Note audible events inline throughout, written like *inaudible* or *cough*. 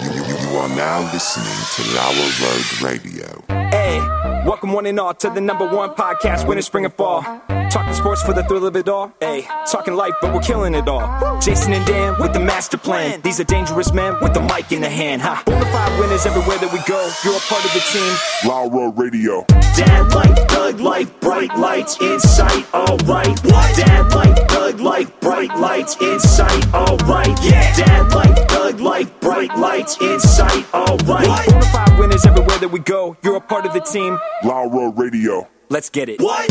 are now listening to Lower Road Radio. Hey, welcome one and all to the number one podcast, winter, spring, and fall. Talking sports for the thrill of it all. Hey, talking life, but we're killing it all. Jason and Dan with the master plan. These are dangerous men with the mic in the hand. Ha! Bonafide winners everywhere that we go. You're a part of the team. Lower Radio. Dad light, thug light, bright lights in sight, alright. Dad light, thug light, bright lights in sight, alright. Yeah. Dad light, thug light, bright lights in sight, alright. Bonafide winners everywhere that we go. You're a part of the team. Lower Radio. Let's get it. What?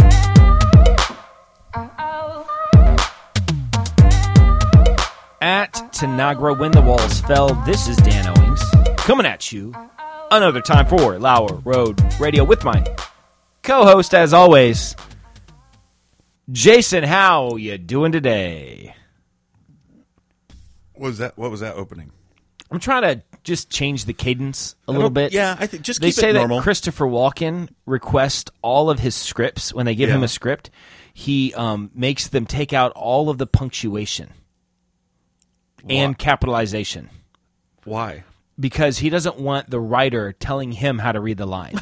At Tanagra, when the walls fell, this is Dan Owings coming at you another time for Lower Road Radio with my co-host, as always, Jason. How you doing today? What was that? What was that opening? I'm trying to just change the cadence a little don't- bit. yeah, I think- just they keep say it that normal. Christopher Walken requests all of his scripts when they give him Yeah. a script. He um, makes them take out all of the punctuation and capitalization. Why? because he doesn't want the writer telling him how to read the line.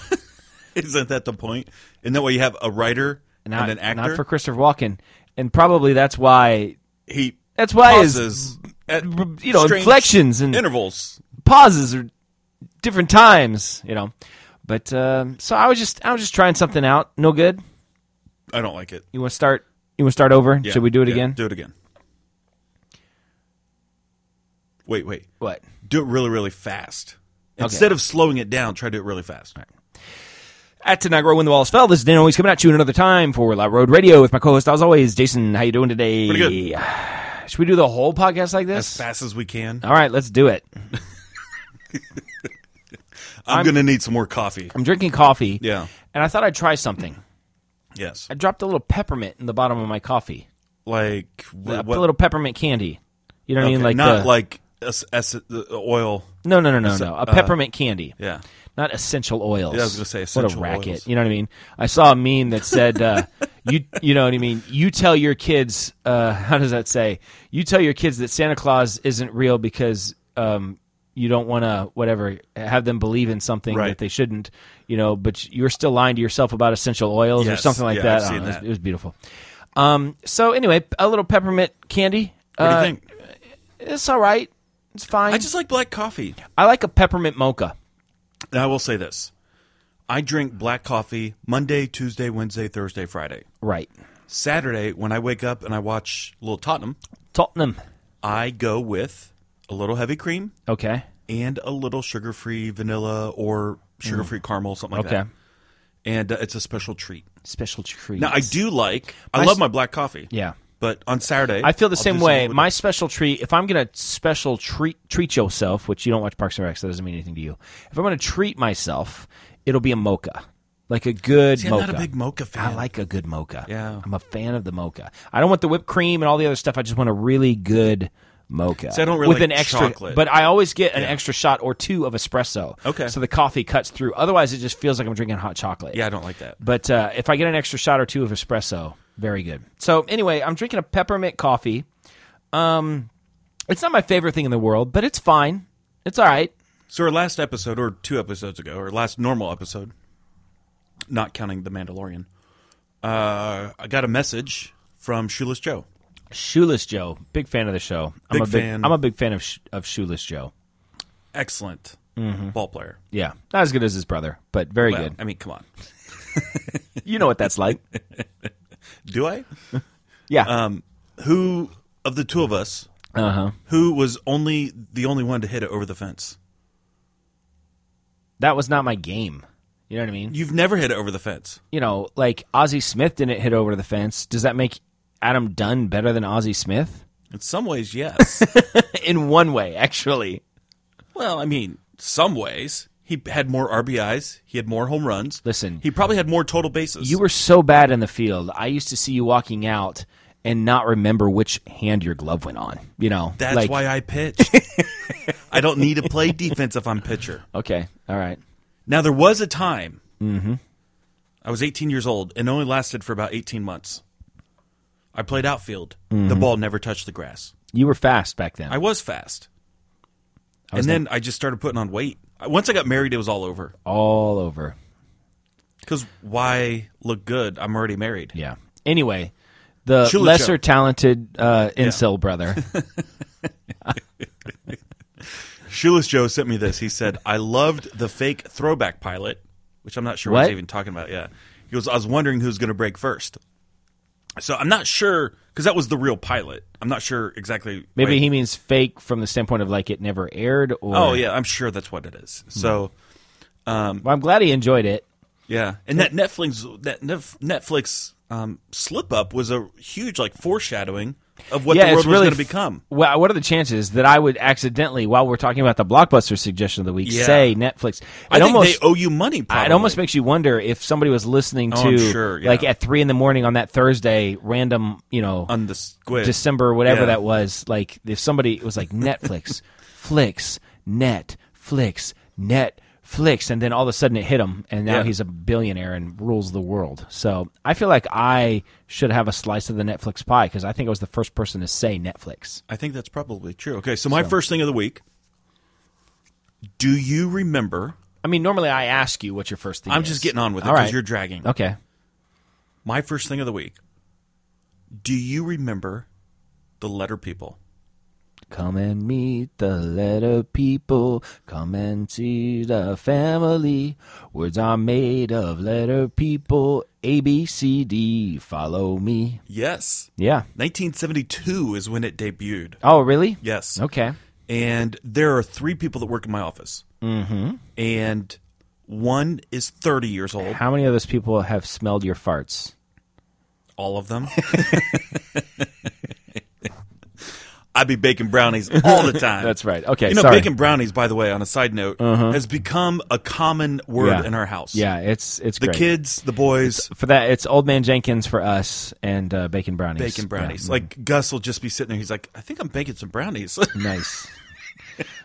Isn't that the point? Isn't that why you have a writer and, Not, an actor? not for Christopher Walken, and probably that's why he That's why his- pauses at you know, strange inflections and- intervals. pauses are different times, you know. But um, so I was just I was just trying something out. No good. I don't like it. You want to start? You want to start over? Yeah, Should we do it yeah, again? Do it again. Wait, wait. what? Do it really, really fast. Instead of slowing it down, try to do it really fast. At Tanagra, when the walls fell, this is Dan always coming at you another time for La Road Radio with my co-host, as always, Jason. How you doing today? Pretty good. *sighs* Should we do the whole podcast like As this? fast as we can. All right, let's do it. I'm, going to need some more coffee. I'm drinking coffee. Yeah. And I thought I'd try something. Yes. I dropped a little peppermint in the bottom of my coffee. Like a what- little peppermint candy. You know what I mean? okay, Like uh, not the- like es- es- the oil. no, no, no, no, no. A uh, peppermint candy. Yeah. Not essential oils. Yeah, I was gonna say essential What a racket. oils. You know what I mean? I saw a meme that said, *laughs* uh, "You, you know what I mean? You tell your kids. Uh, *laughs* how does that say? You tell your kids that Santa Claus isn't real because um, you don't want to whatever have them believe in something Right. that they shouldn't. You know, but you're still lying to yourself about essential oils or Yes. something like Yeah, that. I've I don't seen know. It was- that. It was beautiful. Um, so anyway, a little peppermint candy. What Uh, do you think? It's all right. It's fine. I just like black coffee. I like a peppermint mocha. And I will say this. I drink black coffee Monday, Tuesday, Wednesday, Thursday, Friday. Right. Saturday, when I wake up and I watch Little Tottenham, Tottenham. I go with a little heavy cream Okay. and a little sugar free vanilla or sugar free caramel, something like Mm. Okay. that. And uh, it's a special treat. Special treat. Now, I do like, I My love s- my black coffee. Yeah. But on Saturday, I feel the I'll same do way. something with My it. special treat, if I'm going to special treat treat yourself, which you don't watch Parks and Rec, so that doesn't mean anything to you. If I'm going to treat myself, it'll be a mocha, like a good See, I'm mocha. not a big mocha fan. I like a good mocha. Yeah. I'm a fan of the mocha. I don't want the whipped cream and all the other stuff. I just want a really good mocha. See, I don't really with like an extra, chocolate. but I always get an extra shot or two of espresso. Okay. so the coffee cuts through. Otherwise, it just feels like I'm drinking hot chocolate. Yeah, I don't like that. But uh, if I get an extra shot or two of espresso, very good. So anyway, I'm drinking a peppermint coffee. Um, it's not my favorite thing in the world, but it's fine. It's all right. So our last episode, or two episodes ago, or last normal episode, not counting the Mandalorian, uh, I got a message from Shoeless Joe. Shoeless Joe, big fan of the show. I'm Big a big, fan. I'm a big fan of Sh- of Shoeless Joe. Excellent ball player. Yeah, not as good as his brother, but very Well, Mm-hmm. good. I mean, come on. You know what that's like. Do I? Yeah. Um, who of the two of us? uh huh. Who was only the only one to hit it over the fence? That was not my game. You know what I mean? You've never hit it over the fence. You know, like Ozzie Smith didn't hit over the fence. Does that make Adam Dunn better than Ozzie Smith? In some *laughs* ways, yes. In one way, actually. well, I mean, some ways he had more RBIs. He had more home runs. Listen, he probably had more total bases. You were so bad in the field. I used to see you walking out and not remember which hand your glove went on. You know, That's like, why I *laughs* pitch. I don't need to play defense if I'm pitcher. Okay, all right. Now there was a time. Mm-hmm. I was 18 years old and only lasted for about 18 months. I played Mm-hmm. outfield. The ball never touched the grass. You were fast back then. I was fast. was and then I just started putting on weight. I- Once I got married, it was all over. all over. Because why look good? I'm already married. Yeah. Anyway, the Shula lesser Joe. talented uh, incel *laughs* brother. Shoeless Joe sent me this. He said, I loved the fake throwback pilot, which I'm not sure what, What? he's even talking about yet. He goes, I was wondering who's going to break first. So I'm not sure, because that was the real pilot. I'm not sure exactly. Maybe wait. he means fake from the standpoint of like it never aired. Or Oh, yeah, I'm sure that's what it is. Hmm. So, Well, I'm glad he enjoyed it. yeah. And that Netflix, that Nef- Netflix um, slip up was a huge, like, foreshadowing of what yeah, the world it's really was going to f- become. Well, what are the chances that I would accidentally, while we're talking about the blockbuster suggestion of the week, Yeah. say Netflix? It I think almost they owe you money, probably. it almost makes you wonder if somebody was listening Oh, to I'm sure, yeah. like at three in the morning on that Thursday, random, you know, On the squid. December, whatever Yeah. that was. Like if somebody it was like *laughs* Netflix, flicks, net, flicks, net, flicks, and then all of a sudden it hit him, and now Yeah. he's a billionaire and rules the world. So I feel like I should have a slice of the Netflix pie because I think I was the first person to say Netflix. I think that's probably true. Okay, so my first thing of the week. Do you remember? I mean, normally I ask you what your first thing. I'm is. just getting on with it All because right. you're dragging. okay. My first thing of the week. Do you remember the letter people? Come and meet the letter people. Come and see the family. Words are made of letter people. A B C D. Follow me. Yes. Yeah. 1972 is when it debuted. Oh, really? Yes. Okay. And there are three people that work in my office. Mm-hmm. And one is 30 years old. How many of those people have smelled your farts? All of them. *laughs* I'd be baking brownies all the time. That's right. Okay, You know, sorry. Uh-huh. baking brownies, by the way, on a side note, has become a common word Yeah. in our house. Yeah, it's it's The great. kids, the boys, for that, it's Old Man Jenkins for us and uh, bacon brownies. baking brownies. Yeah. mm-hmm. Like Gus will just be sitting there. He's like, I think I'm baking some brownies. *laughs* nice.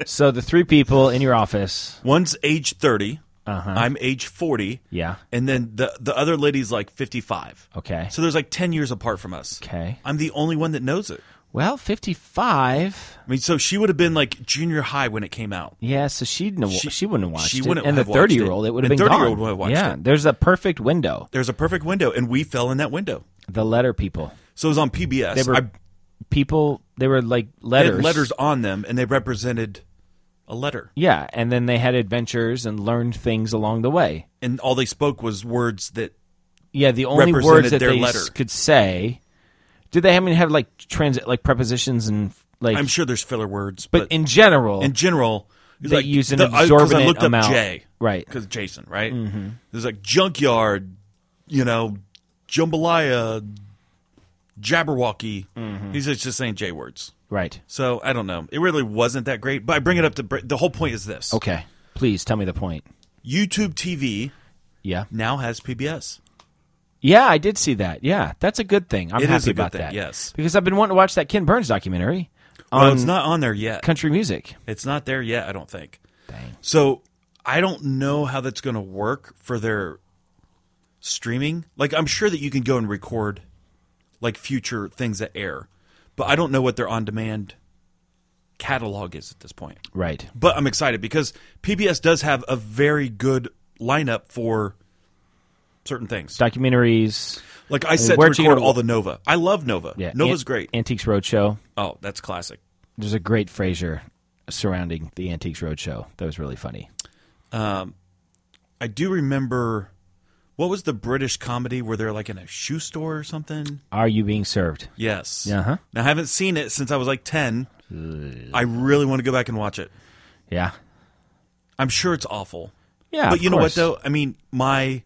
so the three people in your office. One's age 30. I'm age 40. Uh-huh. Yeah. And then the, the other lady's like 55. Okay. So there's like 10 years apart from us. Okay. I'm the only one that knows it. Well, fifty-five. I mean, so she would have been like junior high when it came out. Yeah, so she'd kn- she, wouldn't have watched she it. wouldn't and have the watched it. thirty-year-old, it would have And been 30-year-old gone. would have watched yeah, it. there's a perfect window. There's a perfect window, and we fell in that window. The letter people. So it was on PBS. They were I- people. They were like they had letters. letters on them, and they represented a letter. Yeah, and then they had adventures and learned things along the way. And all they spoke was words that Yeah, the only Represented words that their they letter. s- could say. Did they? I mean, have like transit, like prepositions and like. I'm sure there's filler words, but but, in general, in general, it was They like, use an the, I- 'cause I absorbent looked amount. up Jay, Right. Because Jason, right? Mm-hmm. There's like junkyard, you know, jambalaya, jabberwocky. Mm-hmm. He's just just saying J words. right? So I don't know. It really wasn't that great, but I bring it up to br- the whole point is this: Okay, please tell me the point. YouTube TV Yeah, now has PBS. yeah, I did see that. Yeah, that's a good thing. I'm It is happy a good about thing, that. yes. because I've been wanting to watch that Ken Burns documentary on Well, it's not on there yet. country music. It's not there yet, I don't think. Dang. So I don't know how that's going to work for their streaming. Like, I'm sure that you can go and record like future things that air, but I don't know what their on demand catalog is at this point. Right. But I'm excited because PBS does have a very good lineup for certain things. Documentaries. Like, I set to where'd you record go- all the Nova. I love Nova. Yeah. Nova's Ant- great. Antiques Roadshow. Oh, that's classic. There's a great Frasier surrounding the Antiques Roadshow. That was really funny. I do remember what was the British comedy where they're like in a shoe store or something? Are you being served? Yes. Uh-huh. Now I haven't seen it since I was like 10. I really want to go back and watch it. Yeah. I'm sure it's awful. Yeah. but of you know course. what though? I mean, my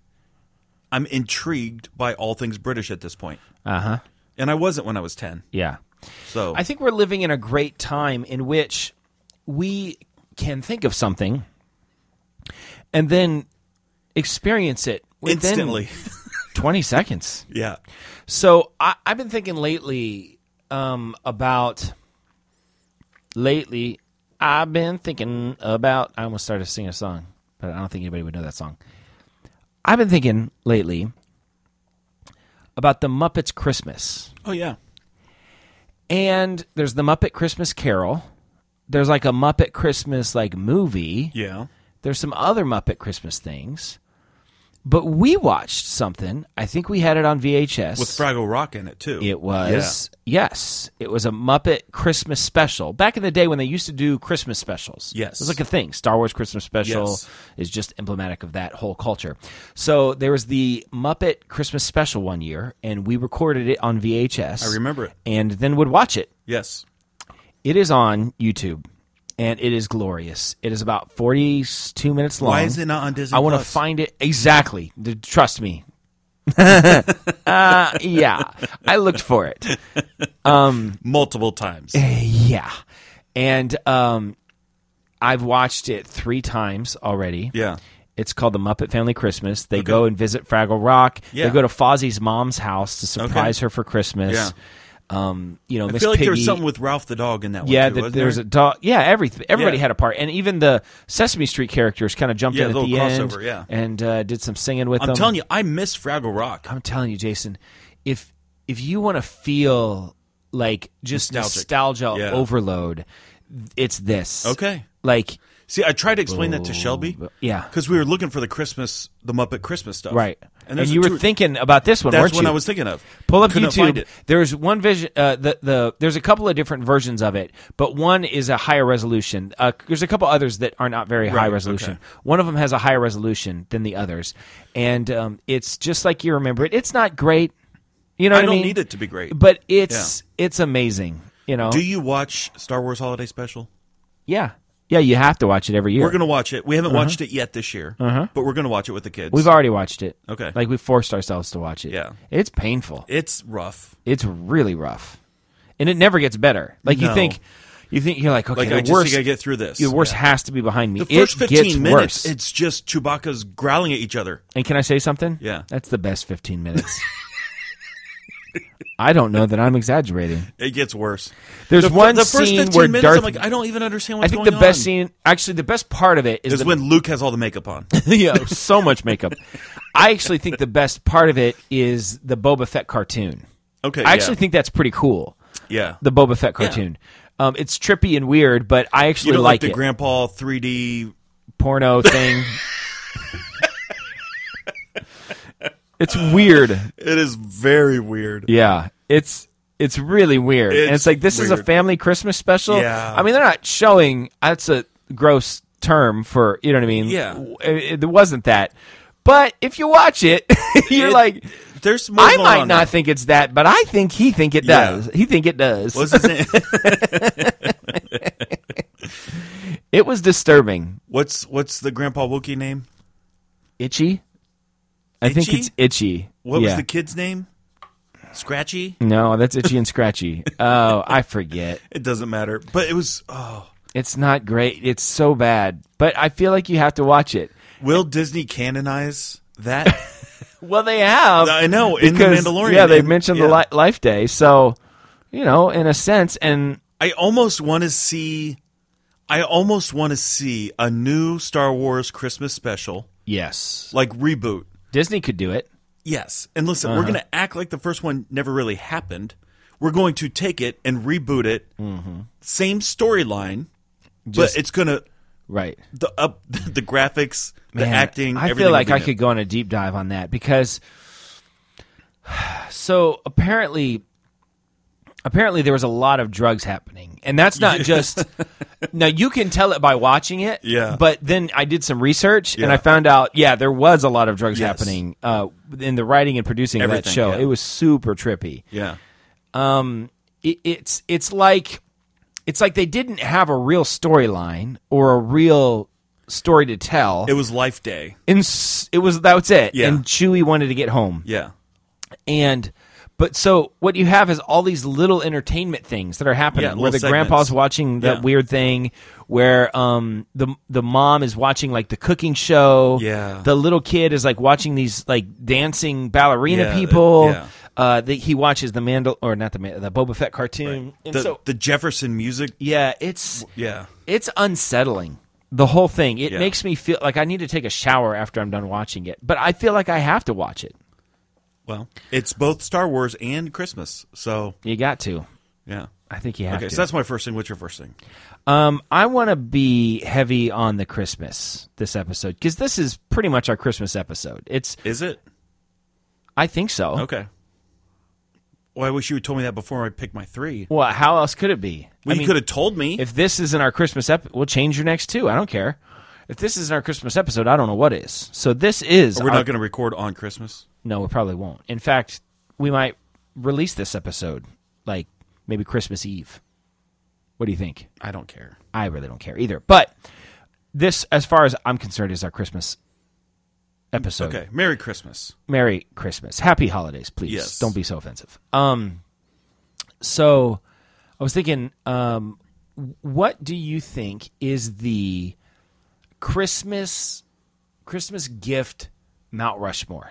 I'm intrigued by all things British at this point. Uh huh. And I wasn't when I was 10. Yeah. So I think we're living in a great time in which we can think of something and then experience it within *laughs* instantly. *laughs* 20 seconds. yeah. So I, I've been thinking lately um, about. Lately, I've been thinking about. I almost started singing a song, but I don't think anybody would know that song. I've been thinking lately about the Muppets Christmas. Oh yeah. And there's the Muppet Christmas Carol, there's like a Muppet Christmas like movie. Yeah. There's some other Muppet Christmas things. But we watched something. I think we had it on VHS. With Fraggle Rock in it too. It was yes, it was a Muppet Christmas special. Back in the day when they used to do Christmas specials, Yes. it was like a thing. Star Wars Christmas special Yes. is just emblematic of that whole culture. So there was the Muppet Christmas special one year, and we recorded it on VHS. I remember it. and then would watch it. Yes. It is on YouTube, and it is glorious. It is about forty-two minutes long. Why is it not on Disney? I want to Plus? find it exactly. D- Trust *laughs* me. *laughs* uh, yeah, I looked for it. *laughs* multiple times. Yeah. And um I've watched it 3 times already. yeah. It's called The Muppet Family Christmas. They go and visit Fraggle Rock. Yeah. They go to Fozzie's mom's house to surprise her for Christmas. Yeah. Um, you know, I Miss feel like Piggy. there was something with Ralph the dog in that one. yeah, too, that wasn't there's there? a dog. Yeah, everything. Everybody Yeah. had a part, and even the Sesame Street characters kind of jumped Yeah, in at little the end crossover, yeah. and uh, did some singing with I'm them. telling you, I miss Fraggle Rock. I'm telling you, Jason, if if you want to feel like just Nostalgic. nostalgia Yeah. overload, it's this. Okay. Like See, I tried to explain that to Shelby. oh, but- yeah. Because we were looking for the Christmas, the Muppet Christmas stuff. right. And, And, there's a you two- were thinking about this one, That's weren't what you? I was thinking of. Pull up Couldn't YouTube. Find it. There's one vision. Uh, the the there's a couple of different versions of it, but one is a higher resolution. Uh, there's a couple others that are not very high Right, resolution. okay. One of them has a higher resolution than the others, and um, it's just like you remember it. It's not great. You know I what don't I mean? need it to be great. but it's it's amazing. You know, Do you watch Star Wars Holiday Special? yeah, yeah. You have to watch it every year. We're gonna watch it. We haven't watched it yet this year, but we're gonna watch it with the kids. Uh-huh. We've already watched it. Okay. like we forced ourselves to watch it. Yeah. it's painful. it's rough. It's really rough, and it never gets better. Like No. you think, you think you're like, okay, Like the I just worst, think I get through this. the worst has to be behind me. The first it gets fifteen worse. minutes, it's just Chewbacca's growling at each other. and can I say something? Yeah. that's the best 15 minutes. *laughs* I don't know that I'm exaggerating. It gets worse. There's The fir- one the first scene 15 where minutes, Darth. I'm like, I don't even understand I what's think the going best on. scene, actually, the best part of it is, is the when Luke has all the makeup *laughs* on. yeah, so much makeup. I actually think the best part of it is the Boba Fett cartoon. Okay, I actually yeah. think that's pretty cool. yeah, The Boba Fett cartoon. Um, it's trippy and weird, but I actually you don't like, like, the it. grandpa 3D. Porno thing. it's weird. It is very weird. Yeah, it's it's really weird. and It's it's like this is a weird. family Christmas special. Yeah. I mean, they're not showing. That's a gross term for you know what I mean. Yeah. it, it wasn't that. But if you watch it, *laughs* you're It- like, There's more I going might on not there. think it's that, but I think he think it Yeah. does. He think it does. What's *laughs* his name? it was disturbing. what's what's the grandpa Wookie name? Itchy. I think Itchy? it's itchy. What was Yeah. the kid's name? Scratchy. No, that's itchy and *laughs* scratchy. oh, I forget. It doesn't matter. But it was. Oh, It's not great. It's so bad. But I feel like you have to watch it. will Disney canonize that? *laughs* Well, they have. I know, in The because, Mandalorian, Yeah, they and- mentioned yeah. the li- Life Day, so you know, in a sense, and I almost want to see. I almost want to see a new Star Wars Christmas special, yes, like reboot. Disney could do it. Yes. And listen, Uh-huh. we're going to act like the first one never really happened. We're going to take it and reboot it. Same storyline, but Mm-hmm. Just- it's going to Right. the up *laughs* the graphics, the Man, acting. I everything feel will like be I new. could go on a deep dive on that because *sighs* so apparently apparently there was a lot of drugs happening. And that's not *laughs* just now you can tell it by watching it. Yeah. But then I did some research and Yeah. I found out, yeah, there was a lot of drugs Yes. happening uh, in the writing and producing of that Everything, show. yeah. It was super trippy. Yeah. it, it's it's like it's like they didn't have a real storyline or a real story to tell. It was Life Day. and s- it was that's it. Yeah. And Chewie wanted to get home. Yeah. And but so what you have is all these little entertainment things that are happening Yeah, where the little segments. grandpa's watching that Yeah. weird thing where um the the mom is watching like the cooking show. Yeah. The little kid is like watching these like dancing ballerina Yeah, it- people. yeah. Uh, that he watches the Mandal or not the Man- the Boba Fett cartoon, and The so the Jefferson music. yeah, it's Yeah. it's unsettling the whole thing it Yeah. makes me feel like i need to take a shower after i'm done watching it but i feel like i have to watch it Well, it's both Star Wars and Christmas. So, you got to yeah. I think you have Okay, to. so that's my first thing. What's your first thing? Um, I want to be heavy on the Christmas this episode because this is pretty much our Christmas episode. It's Is it I think so. okay? Well, I wish you had told me that before I picked my three. Well, how else could it be? I Well, you mean, could have told me. if this isn't our Christmas episode, we'll change your next two. I don't care. If this isn't our Christmas episode, I don't know what is. So this is. We're our- not going to record on Christmas. no, we probably won't. In fact, we might release this episode like maybe Christmas Eve. What do you think? I don't care. I really don't care either. But this, as far as I'm concerned, is our Christmas episode. Okay, Merry Christmas. Merry Christmas. Happy holidays, please. Yes. Don't be so offensive. Um so I was thinking um what do you think is the Christmas Christmas gift Mount Rushmore?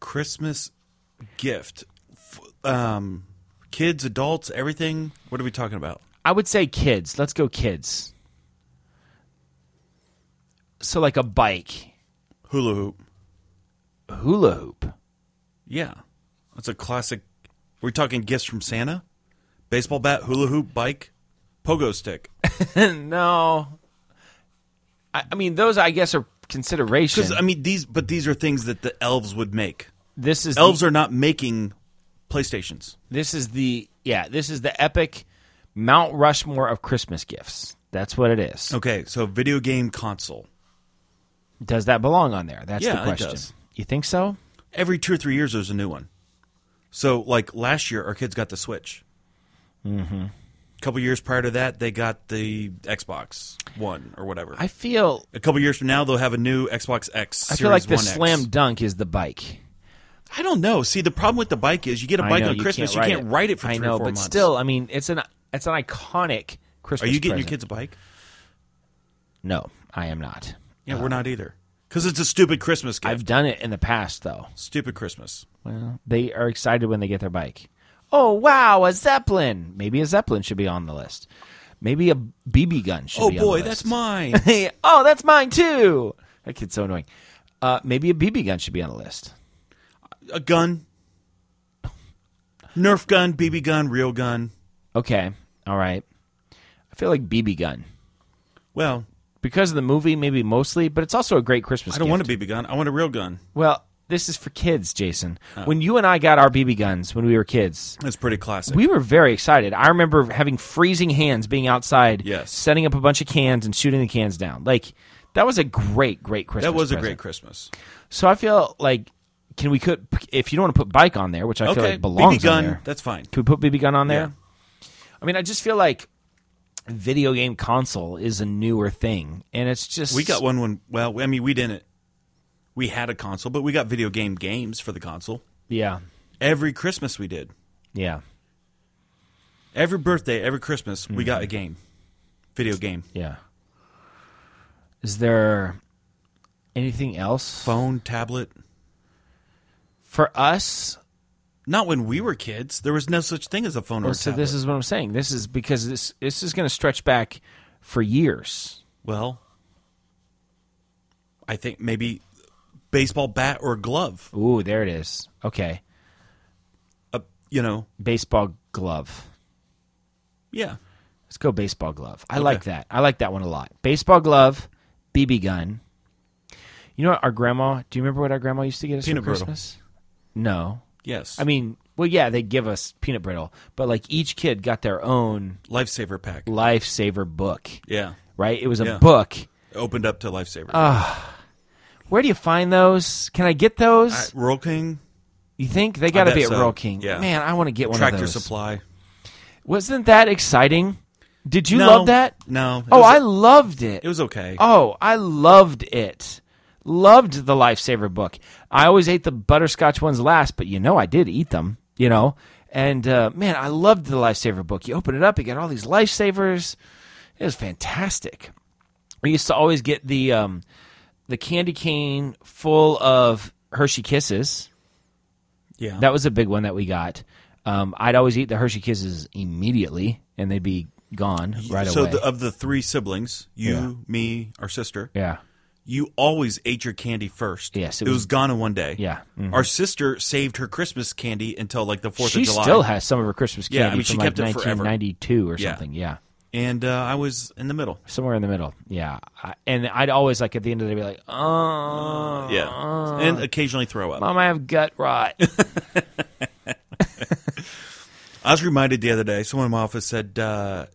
Christmas gift. F- um, kids, adults, everything. What are we talking about? I would say kids. Let's go kids. So like a bike, Hula hoop. hula hoop. Yeah, that's a classic. We're talking gifts from Santa. Baseball bat, hula hoop, bike, pogo stick. *laughs* no. I, I mean those I guess are consideration. Because I mean these, but these are things that the elves would make. this is Elves are not making PlayStations. This is the yeah. This is the epic Mount Rushmore of Christmas gifts. That's what it is. Okay, so video game console. Does that belong on there? That's Yeah, the it question. does. You think so? Every two or three years, there's a new one. So like last year, our kids got the Switch. Mm-hmm. A couple years prior to that, they got the Xbox One or whatever. I feel a couple years from now, they'll have a new Xbox X. I feel like the Series 1X. slam dunk is the bike. I don't know. See, the problem with the bike is you get a I bike know, on Christmas, you ride can't, ride it for I three know, or four but months. still, I mean, it's an it's an iconic are Christmas. you getting your present. kids a bike? No, I am not. Yeah, we're not either. Because it's a stupid Christmas gift. Uh, I've done it in the past, though. stupid Christmas. Well, they are excited when they get their bike. Oh wow, a zeppelin! Maybe a zeppelin should be on the list. Maybe a BB gun should. Oh be on the boy, list. *laughs* that's mine. Hey, oh, that's mine too. That kid's so annoying. Uh, maybe a BB gun should be on the list. a gun, Nerf gun, BB gun, real gun. Okay, all right. I feel like BB gun Well, because of the movie, maybe mostly, but it's also a great Christmas. I don't gift. want a BB gun. I want a real gun. Well, this is for kids, Jason. Oh. When you and I got our BB guns when we were kids, That's pretty classic. we were very excited. I remember having freezing hands, being outside, Yes. setting up a bunch of cans and shooting the cans down. Like that was a great, great Christmas. that was a present. great Christmas. So I feel like can we could if you don't want to put bike on there, which I feel Okay, like belongs BB gun. on there. That's fine. Can we put BB gun on there? Yeah. I mean, I just feel like video game console is a newer thing, and it's just We got one when. Well, I mean, we didn't. We had a console, but we got video game games for the console. Yeah, Every Christmas we did. yeah, Every birthday, every Christmas, we got a Mm-hmm. game, video game, yeah. Is there anything else phone, tablet. for us? Not when we were kids. There was no such thing as a phone or a so tablet. this is what I'm saying. This is because this this is going to stretch back for years. Well, I think maybe baseball bat or glove. Ooh, there it is. Okay, Uh, you know, baseball glove. yeah. Let's go baseball glove. I like that. I like that one a lot. Baseball glove, BB gun. You know what our grandma? Do you remember what our grandma used to get us Peanut for brittle. Christmas? No, Yes. I mean, well, yeah, they give us peanut brittle, but like each kid got their own lifesaver pack. lifesaver book, Yeah. right? It was a Yeah. book. Opened up to lifesaver. Uh, Where do you find those? Can I get those? Uh, Royal King, you think they got to bet be at so. Royal King? Yeah. Man, I want to get one Tractor of those. Supply. Wasn't that exciting? Did you No, love that? No. It Oh, was- I loved it. It was okay. Oh, I loved it. Loved the lifesaver book. I always ate the butterscotch ones last, but you know I did eat them, you know. And uh, man, I loved the lifesaver book. You open it up, you got all these lifesavers. It was fantastic. We used to always get the um, the candy cane full of Hershey Kisses. yeah. That was a big one that we got. Um, I'd always eat the Hershey Kisses immediately, and they'd be gone right so uh, away. the, of the three siblings, you, Yeah. me, our sister, yeah, you always ate your candy first. Yes, it, it was, was- gone in one day. Yeah. Mm-hmm. our sister saved her Christmas candy until like the Fourth she of July. still has some of her Christmas Yeah, I candy mean, she from like kept it forever. 1992 or Yeah. something. Yeah. and uh, I was in the middle. Somewhere in the middle, yeah, I, and I'd always like at the end of the day be like, "Oh, Yeah, and occasionally throw up. mom, I have gut *laughs* rot." I was reminded the other day. Someone in my office said, uh,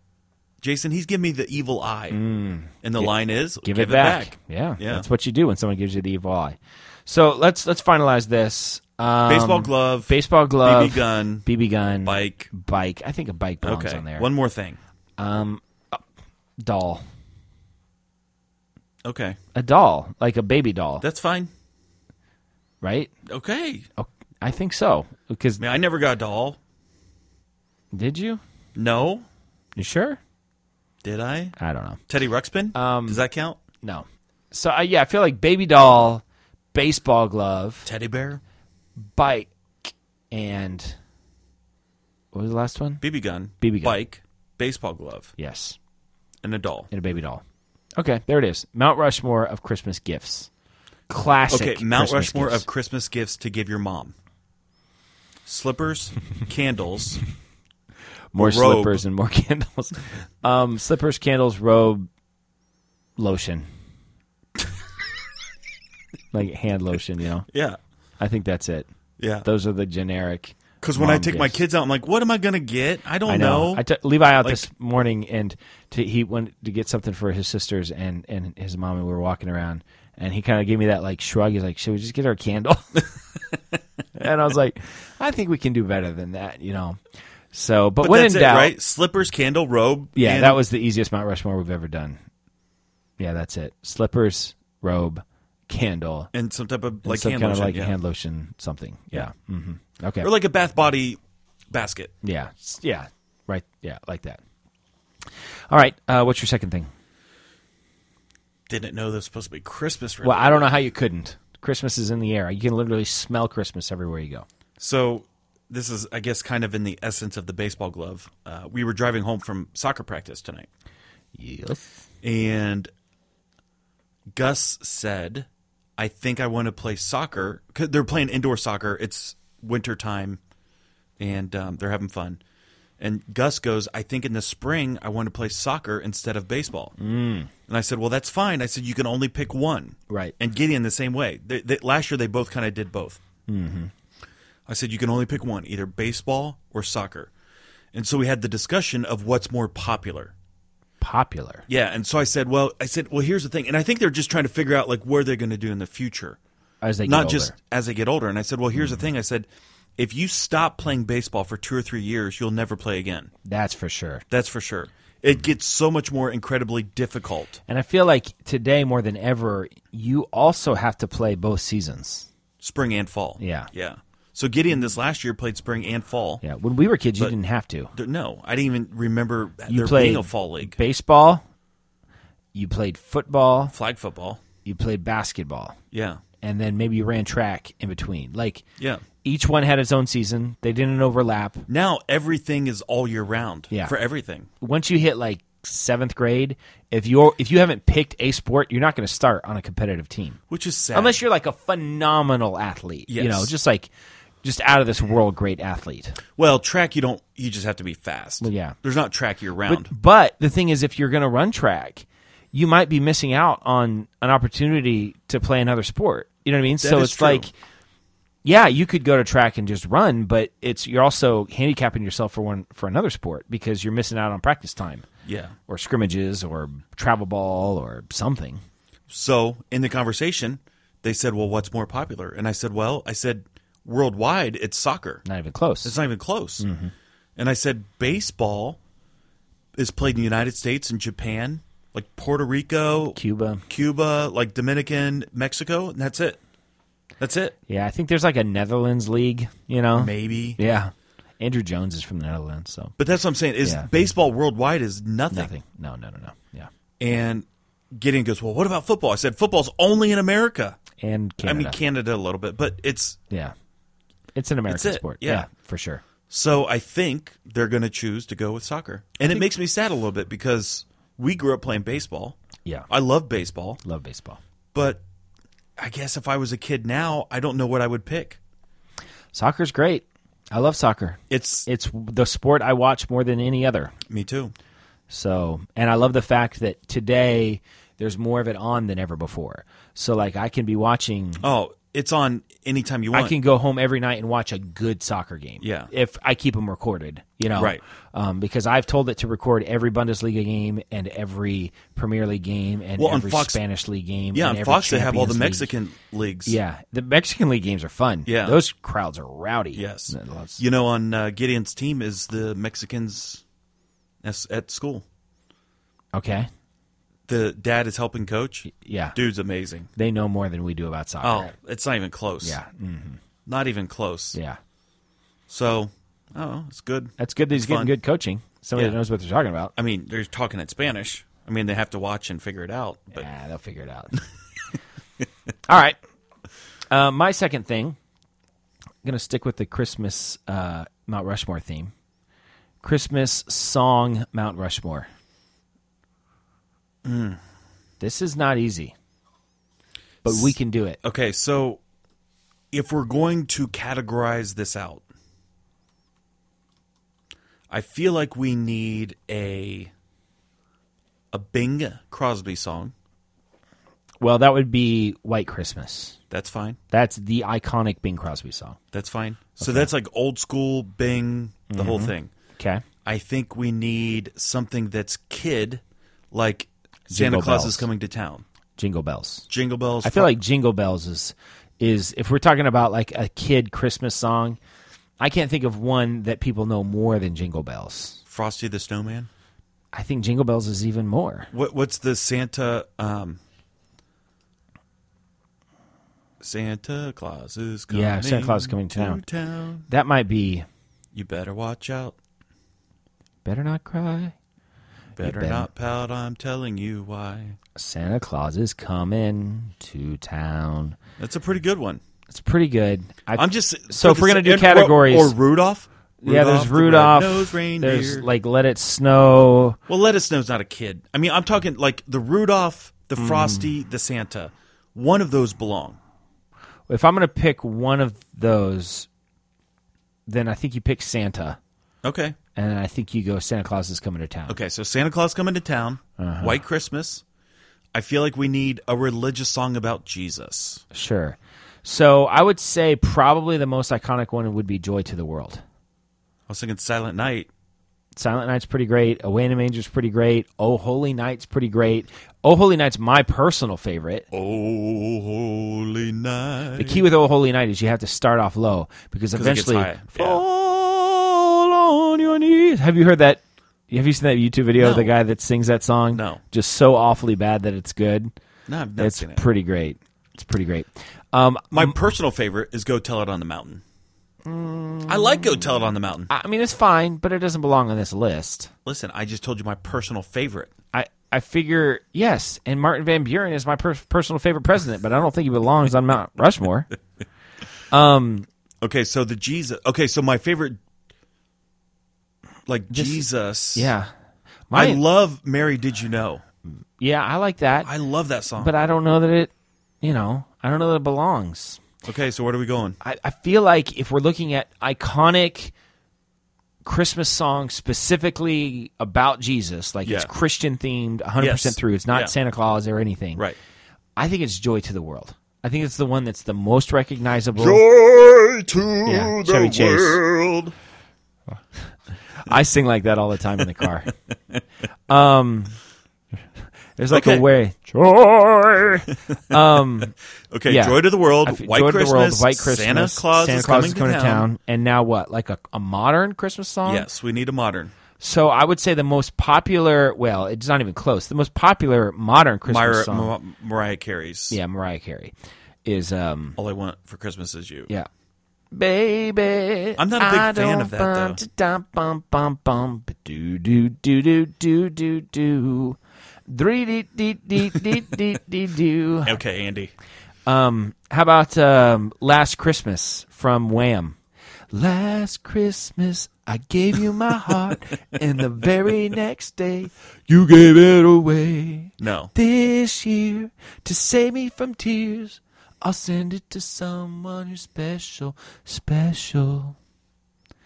"Jason, he's giving me the evil eye," and the line is, Mm. give, it, back. Yeah, Yeah. that's what you do when someone gives you the evil eye. So let's let's finalize this. Um, Baseball glove, baseball glove, BB gun, BB gun, bike." bike. I think a bike belongs Okay, on there. one more thing. doll, Okay, a doll, like a baby doll, that's fine. right? Okay, Oh, I think so. Because I mean, I never got a doll. did you? No, You sure? did I? I don't know. Teddy Ruxpin? Um, Does that count? No. So I yeah, I feel like baby doll, baseball glove, Teddy bear, bike, and what was the last one? BB gun, BB gun. bike, baseball glove, Yes. and a doll. and a baby doll. Okay, there it is. Mount Rushmore of Christmas gifts. Classic. Okay, Mount Christmas Rushmore gifts. of Christmas gifts to give your mom. Slippers, candles, more robe. slippers and more *laughs* candles. Um, slippers, candles, robe, lotion. like hand lotion, you know. yeah, I think that's it. yeah. Those are the generic. Because when I mom take my gifts. kids out, I'm like, what am I gonna get? I don't I know. know. I took Levi out Like- this morning, and to, he went to get something for his sisters and and his mom, and we were walking around, and he kind of gave me that like shrug. He's like, "Should we just get our candle?" *laughs* and I was like, "I think we can do better than that," you know. So, but, but when in that's it, doubt, right? Slippers, candle, robe. yeah, and- that was the easiest Mount Rushmore we've ever done. Yeah, that's it. Slippers, robe, candle, and some type of like some hand kind lotion, of like yeah. hand lotion, something. Yeah. Mm-hmm. Okay. or like a bath body basket. Yeah. S- Yeah. Right. Yeah. Like that. All right. Uh, what's your second thing? Didn't know there was supposed to be Christmas. Well, I don't know how you couldn't. Christmas is in the air. You can literally smell Christmas everywhere you go. So this is, I guess, kind of in the essence of the baseball glove. Uh, we were driving home from soccer practice tonight, Yes. and Gus said, "I think I want to play soccer." 'Cause they're playing indoor soccer. It's winter time, and um, they're having fun. And Gus goes, "I think in the spring I want to play soccer instead of baseball." Mm. And I said, "Well, that's fine." I said, "You can only pick one." Right. And Gideon the same way. They, they, last year they both kind of did both. I said, you can only pick one, either baseball or soccer. And so we had the discussion of what's more popular. Popular. Yeah. And so I said, well, I said, well, here's the thing. And I think they're just trying to figure out like where they're going to do in the future, As they get not older. Hmm. just as they get older. And I said, well, here's the thing. I said, if you stop playing baseball for two or three years, you'll never play again. That's for sure. That's for sure. It gets so much more incredibly difficult. And I feel like today more than ever, you also have to play both seasons. spring and fall. Yeah. Yeah. So Gideon this last year played spring and fall. Yeah. When we were kids, you didn't have to. There- No, I didn't even remember You there played being a fall league. baseball. You played football. Flag football. You played basketball, Yeah. and then maybe you ran track in between. Like Yeah. each one had its own season. They didn't overlap. Now everything is all year round Yeah. for everything. once you hit like seventh grade, if you're if you haven't picked a sport, you're not going to start on a competitive team Which is sad. unless you're like a phenomenal athlete. You Yes. know, just like just out of this world great athlete. well, track you don't you just have to be fast. yeah. There's not track year round. But the thing is, if you're going to run track, you might be missing out on an opportunity to play another sport. You know what I mean? so is it's true. like, yeah, you could go to track and just run, but it's you're also handicapping yourself for one for another sport because you're missing out on practice time. yeah. or scrimmages or travel ball or something. So in the conversation, they said, Well, what's more popular? And I said, Well, I said worldwide it's soccer. Not even close. It's not even close. Mm-hmm. And I said, baseball is played in the United States and Japan, like Puerto Rico, Cuba. Cuba, like Dominican, Mexico, and that's it. That's it. Yeah, I think there's like a Netherlands league, you know? Maybe. Yeah. Andrew Jones is from the Netherlands, so But that's what I'm saying is Yeah. baseball worldwide is nothing. nothing. No, no, no, no. Yeah. And Gideon goes, well, what about football? I said, football's only in America. And Canada. I mean, Canada a little bit, but it's yeah. It's an American That's it, sport. yeah. for sure. so I think they're going to choose to go with soccer. And it makes me sad a little bit because we grew up playing baseball. Yeah. I love baseball. Love baseball. But I guess if I was a kid now, I don't know what I would pick. Soccer's great. I love soccer. It's, It's the sport I watch more than any other. me too. So, and I love the fact that today there's more of it on than ever before. So, like, I can be watching. Oh, it's on anytime you want. I can go home every night and watch a good soccer game. Yeah. If I keep them recorded, you know. Right. Um, because I've told it to record every Bundesliga game and every Premier League game and Well, on every Fox- Spanish league game. yeah, and on every Fox they have all the Champions League. Mexican leagues. Yeah, the Mexican league games are fun. Yeah. Those crowds are rowdy. Yes. I love- You know, on uh, Gideon's team is the Mexicans as, at school. Okay. The dad is helping coach. Yeah. Dude's amazing. They know more than we do about soccer. Oh, it's not even close. Yeah. Mm, Not even close. yeah. So, oh, it's good. That's good that he's Fun. getting good coaching. Somebody Yeah. that knows what they're talking about. *laughs* I mean, they're talking in Spanish. I mean, they have to watch and figure it out. But Yeah, they'll figure it out. *laughs* All right. Uh, my second thing, I'm going to stick with the Christmas uh, Mount Rushmore theme. Christmas song Mount Rushmore. Mm. This is not easy, but we can do it. okay, so if we're going to categorize this out, I feel like we need a a Bing Crosby song. Well, that would be White Christmas. That's fine. That's the iconic Bing Crosby song. That's fine. So that's like old school Bing, the whole Mm-hmm. thing. Okay. I think we need something that's kid, like Santa Jingle Claus bells. is coming to town. Jingle Bells. Jingle bells. I feel like Jingle Bells is is if we're talking about like a kid Christmas song, I can't think of one that people know more than Jingle Bells. Frosty the Snowman. I think Jingle Bells is even more. What what's the Santa um Santa Claus is coming. Yeah, Santa Claus is coming to town. town. That might be You better watch out. Better Not Cry. Better, better- not pout. I'm telling you why. Santa Claus is coming to town. That's a pretty good one. It's pretty good. I, I'm just So if for we're the- gonna do and- categories- or, or Rudolph. yeah. There's the Rudolph. Red-Nosed reindeer. There's like Let It Snow. Well, Let Us Know's not a kid. I mean, I'm talking like the Rudolph, the Mm. Frosty, the Santa. One of those belong. If I'm gonna pick one of those, then I think you pick Santa, Okay. and I think you go Santa Claus is coming to town. Okay, so Santa Claus coming to town, White Christmas. I feel like we need a religious song about Jesus. Sure. So I would say probably the most iconic one would be Joy to the World. I was thinking Silent Night. Silent Night's pretty great. Away in a Manger's pretty great. Oh Holy Night's pretty great. Oh Holy Night's my personal favorite. Oh, holy night. The key with Oh Holy Night is you have to start off low because it gets eventually high, yeah. fall on your knees. Have you heard that? Have you seen that YouTube video of No. the guy that sings that song? No. Just so awfully bad that it's good. No, I've not it's seen it. pretty great. It's pretty great. Um, My personal favorite is Go Tell It on the Mountain. I like Go Tell It on the Mountain. I I mean, it's fine, but it doesn't belong on this list. Listen, I just told you my personal favorite. I, I figure yes, and Martin Van Buren is my per- personal favorite president, but I don't think he belongs on Mount Rushmore. Okay, so the Jesus. Okay, so my favorite, like *laughs* Jesus. Yeah, My- I love Mary. Did you know? yeah, I like that, I love that song. but I don't know that it, you know, I don't know that it belongs. okay, so where are we going? I, I feel like if we're looking at iconic Christmas songs specifically about Jesus, like it's Yeah. Christian themed, one hundred Yes. percent through. It's not Yeah. Santa Claus or anything. Right. I think it's Joy to the World. I think it's the one that's the most recognizable. Joy to Yeah, Chevy Chase. world. I sing like that all the time in the car. *laughs* um, there's like Okay. a way joy. Okay, Yeah. Joy to the World, White Joy to Christmas, the world, White Christmas, Santa Claus, Santa is, Claus coming to town. and now what? Like a, a modern Christmas song? Yes, we need a modern. So I would say the most popular. Well, it's not even close. The most popular modern Christmas Myra, song. Ma- Mariah Carey's yeah, Mariah Carey is. um All I Want for Christmas Is You. Yeah. Baby, I'm not a big I fan don't of that, though. want to Dum, bum, bum, bum, do do do do do do do. Three dee dee dee dee dee dee do. Okay, Andy. Um, how about um, Last Christmas from Wham? Last Christmas, I gave you my heart, and the very next day, you gave it away. No. This year, To save me from tears, I'll send it to someone who's special, special.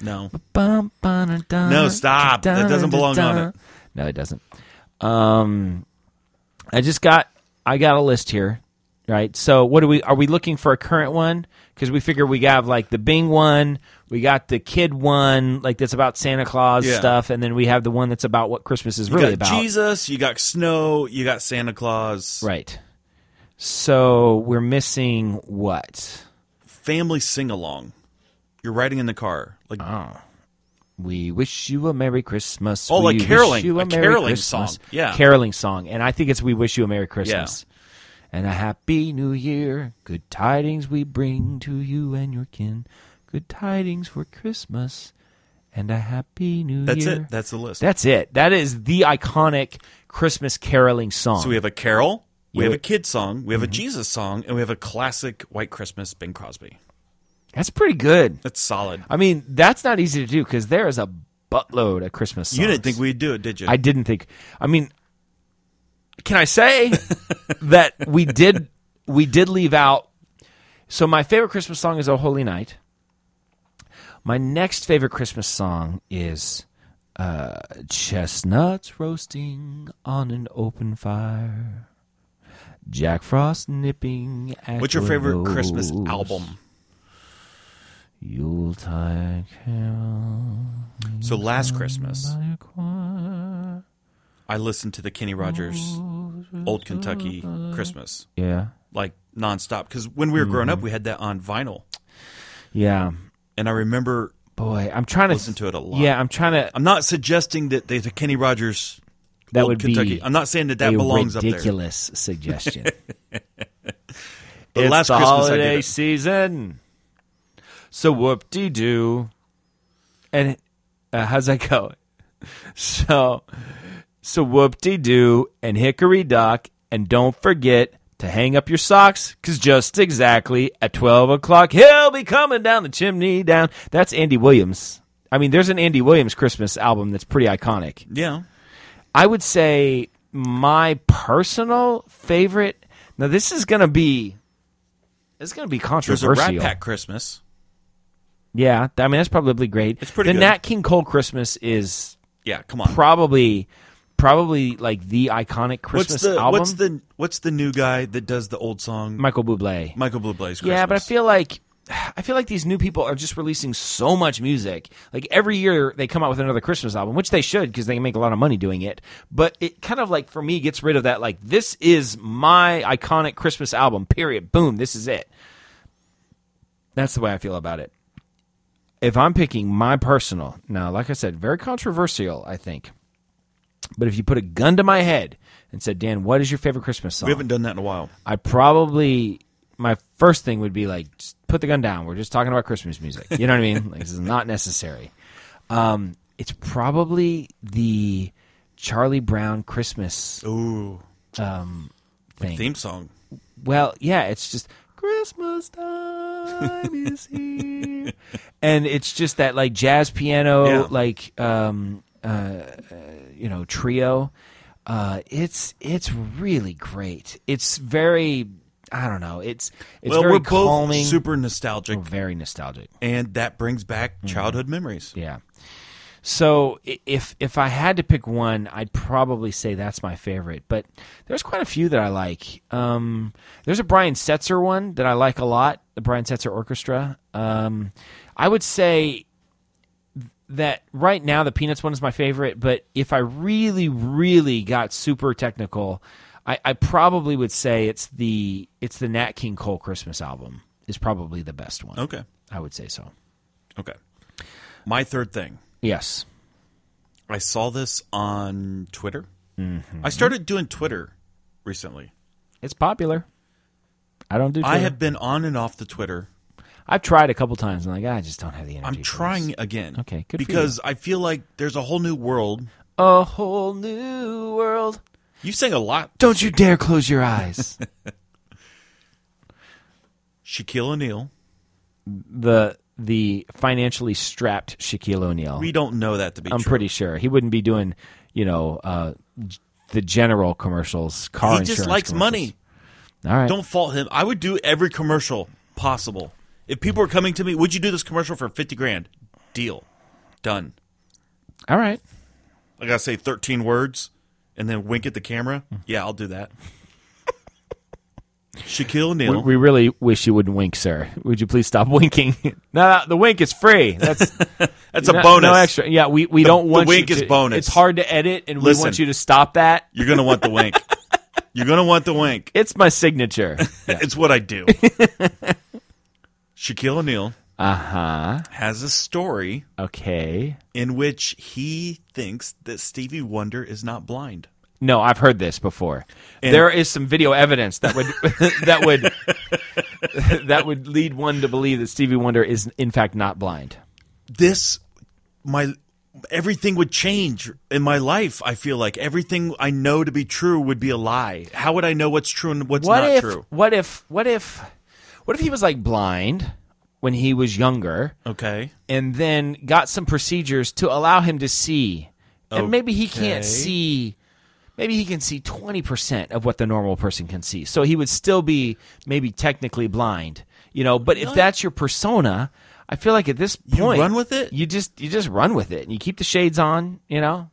No. Bum, bum, dun, No, stop. That doesn't belong on it. No, it doesn't. Um, I just got I got a list here, right? So what do we are we looking for a current one? Because we figure we got like the Bing one, we got the kid one, like that's about Santa Claus Yeah. stuff, and then we have the one that's about what Christmas is really you got about, Jesus, you got snow, you got Santa Claus. right? So we're missing what? Family sing along. You're riding in the car. Like Uh-huh. We wish you a Merry Christmas. Oh, We like wish caroling, you a caroling song. Yeah. caroling song, and I think it's "We Wish You a Merry Christmas." And a happy new year. Good tidings we bring to you and your kin. Good tidings for Christmas and a happy new that's year. it. That's the list. That's it. That is the iconic Christmas caroling song. so we have a carol, we Yeah. Mm-hmm. have a kid song, we have a Jesus song, and we have a classic White Christmas Bing Crosby. that's pretty good. That's solid. I mean, that's not easy to do because there is a buttload of Christmas songs. You didn't think we'd do it, did you? I didn't think. I mean, can I *laughs* say that we did we did leave out? So my favorite Christmas song is "O Holy Night." My next favorite Christmas song is uh, "Chestnuts Roasting on an Open Fire." Jack Frost nipping at What's your favorite nose. Christmas album? Yuletide Carol. So last Christmas, by a choir. I listened to the Kenny Rogers Old Kentucky Christmas Yeah, like nonstop because when we were growing up, we had that on vinyl, yeah. and I remember Boy, I'm trying to Listen to it a lot. Yeah, I'm trying to. I'm not suggesting that the, the Kenny Rogers That Old would Kentucky. be I'm not saying that that a belongs up there. *laughs* ridiculous suggestion. But it's last the Christmas I holiday did it. season, so whoop de doo. And it- uh, how's that go? *laughs* So, so whoop de doo and hickory dock, and don't forget to hang up your socks because just exactly at twelve o'clock he'll be coming down the chimney down. That's Andy Williams. I mean, there's an Andy Williams Christmas album that's pretty iconic. Yeah, I would say my personal favorite. Now this is gonna be it's gonna be there's a controversial. Rat Pack Christmas. Yeah, I mean that's probably great. It's pretty The good. Nat King Cole Christmas is Yeah, come on. probably probably like the iconic Christmas what's the album. what's the what's the new guy that does the old song? Michael Bublé? Michael Bublé's Christmas. Yeah, but I feel like I feel like these new people are just releasing so much music. Like every year they come out with another Christmas album, which they should because they can make a lot of money doing it. But it kind of like for me gets rid of that like this is my iconic Christmas album. Period. Boom, this is it. That's the way I feel about it. If I'm picking my personal, now like I said, very controversial, I think. But if you put a gun to my head and said, "Dan, what is your favorite Christmas song?" we haven't done that in a while. I probably my first thing would be like just put the gun down. We're just talking about Christmas music. You know what I mean? Like this is not necessary. Um, it's probably the Charlie Brown Christmas Ooh, thing. theme song. Well, yeah, it's just Christmas time is *laughs* here, and it's just that like jazz piano, Yeah. like um, uh, uh, you know, trio. Uh, it's it's really great. It's very I don't know. It's it's well, very we're both calming, super nostalgic, very nostalgic. and that brings back Mm-hmm. childhood memories. Yeah. So i- if if I had to pick one, I'd probably say that's my favorite. But there's quite a few that I like. Um, there's a Brian Setzer one that I like a lot, the Brian Setzer Orchestra. Um, I would say that right now the Peanuts one is my favorite. But if I really, really got super technical, I, I probably would say it's the it's the Nat King Cole Christmas album is probably the best one. Okay, I would say so. okay. My third thing. Yes. I saw this on Twitter. Mm-hmm. I started doing Twitter recently. It's popular. I don't do. Twitter. I have been on and off the Twitter. I've tried a couple times. I'm like, I just don't have the energy. for I'm this." trying again. Oh, Okay, good for Because I feel like there's a whole new world. a whole new world. You sing a lot, Don't you dare close your eyes. Shaquille O'Neal. *laughs* the the financially strapped Shaquille O'Neal. We don't know that to be I'm true. pretty sure he wouldn't be doing, you know, uh, g- the general commercials, car He just insurance likes commercials. money. All right. Don't fault him. I would do every commercial possible. If people are coming to me, would you do this commercial for 50 grand? Deal. Done. All right. I got to say 13 words and then wink at the camera. Yeah, I'll *laughs* do that. Shaquille We, O'Neal. we really wish you wouldn't wink, sir. Would you please stop *laughs* winking? no, no, the wink is free. That's That's a no- bonus. No extra. Yeah, we, we don't the want you wink is to- bonus. It's hard to edit, and we Listen. want you to stop that. You're going to want *laughs* the wink. You're going to want the wink. It's my *laughs* signature. It's what *laughs* I do. Shaquille O'Neal uh huh. has a story Okay. in which he thinks that Stevie Wonder is not blind. No, I've heard this before. And- there is some video evidence that would *laughs* that would that would *laughs* lead one to believe that Stevie Wonder is in fact not blind. this my everything would change in my life i feel like everything i know to be true would be a lie how would i know what's true and what's What not if true what if what if what if he was like blind when he was younger okay and then got some procedures to allow him to see. And maybe he Okay. can't see maybe he can see 20% of what the normal person can see. So he would still be maybe technically blind, you know, but if that's your persona, I feel like at this point run with it? You just you just run with it and you keep the shades on, you know,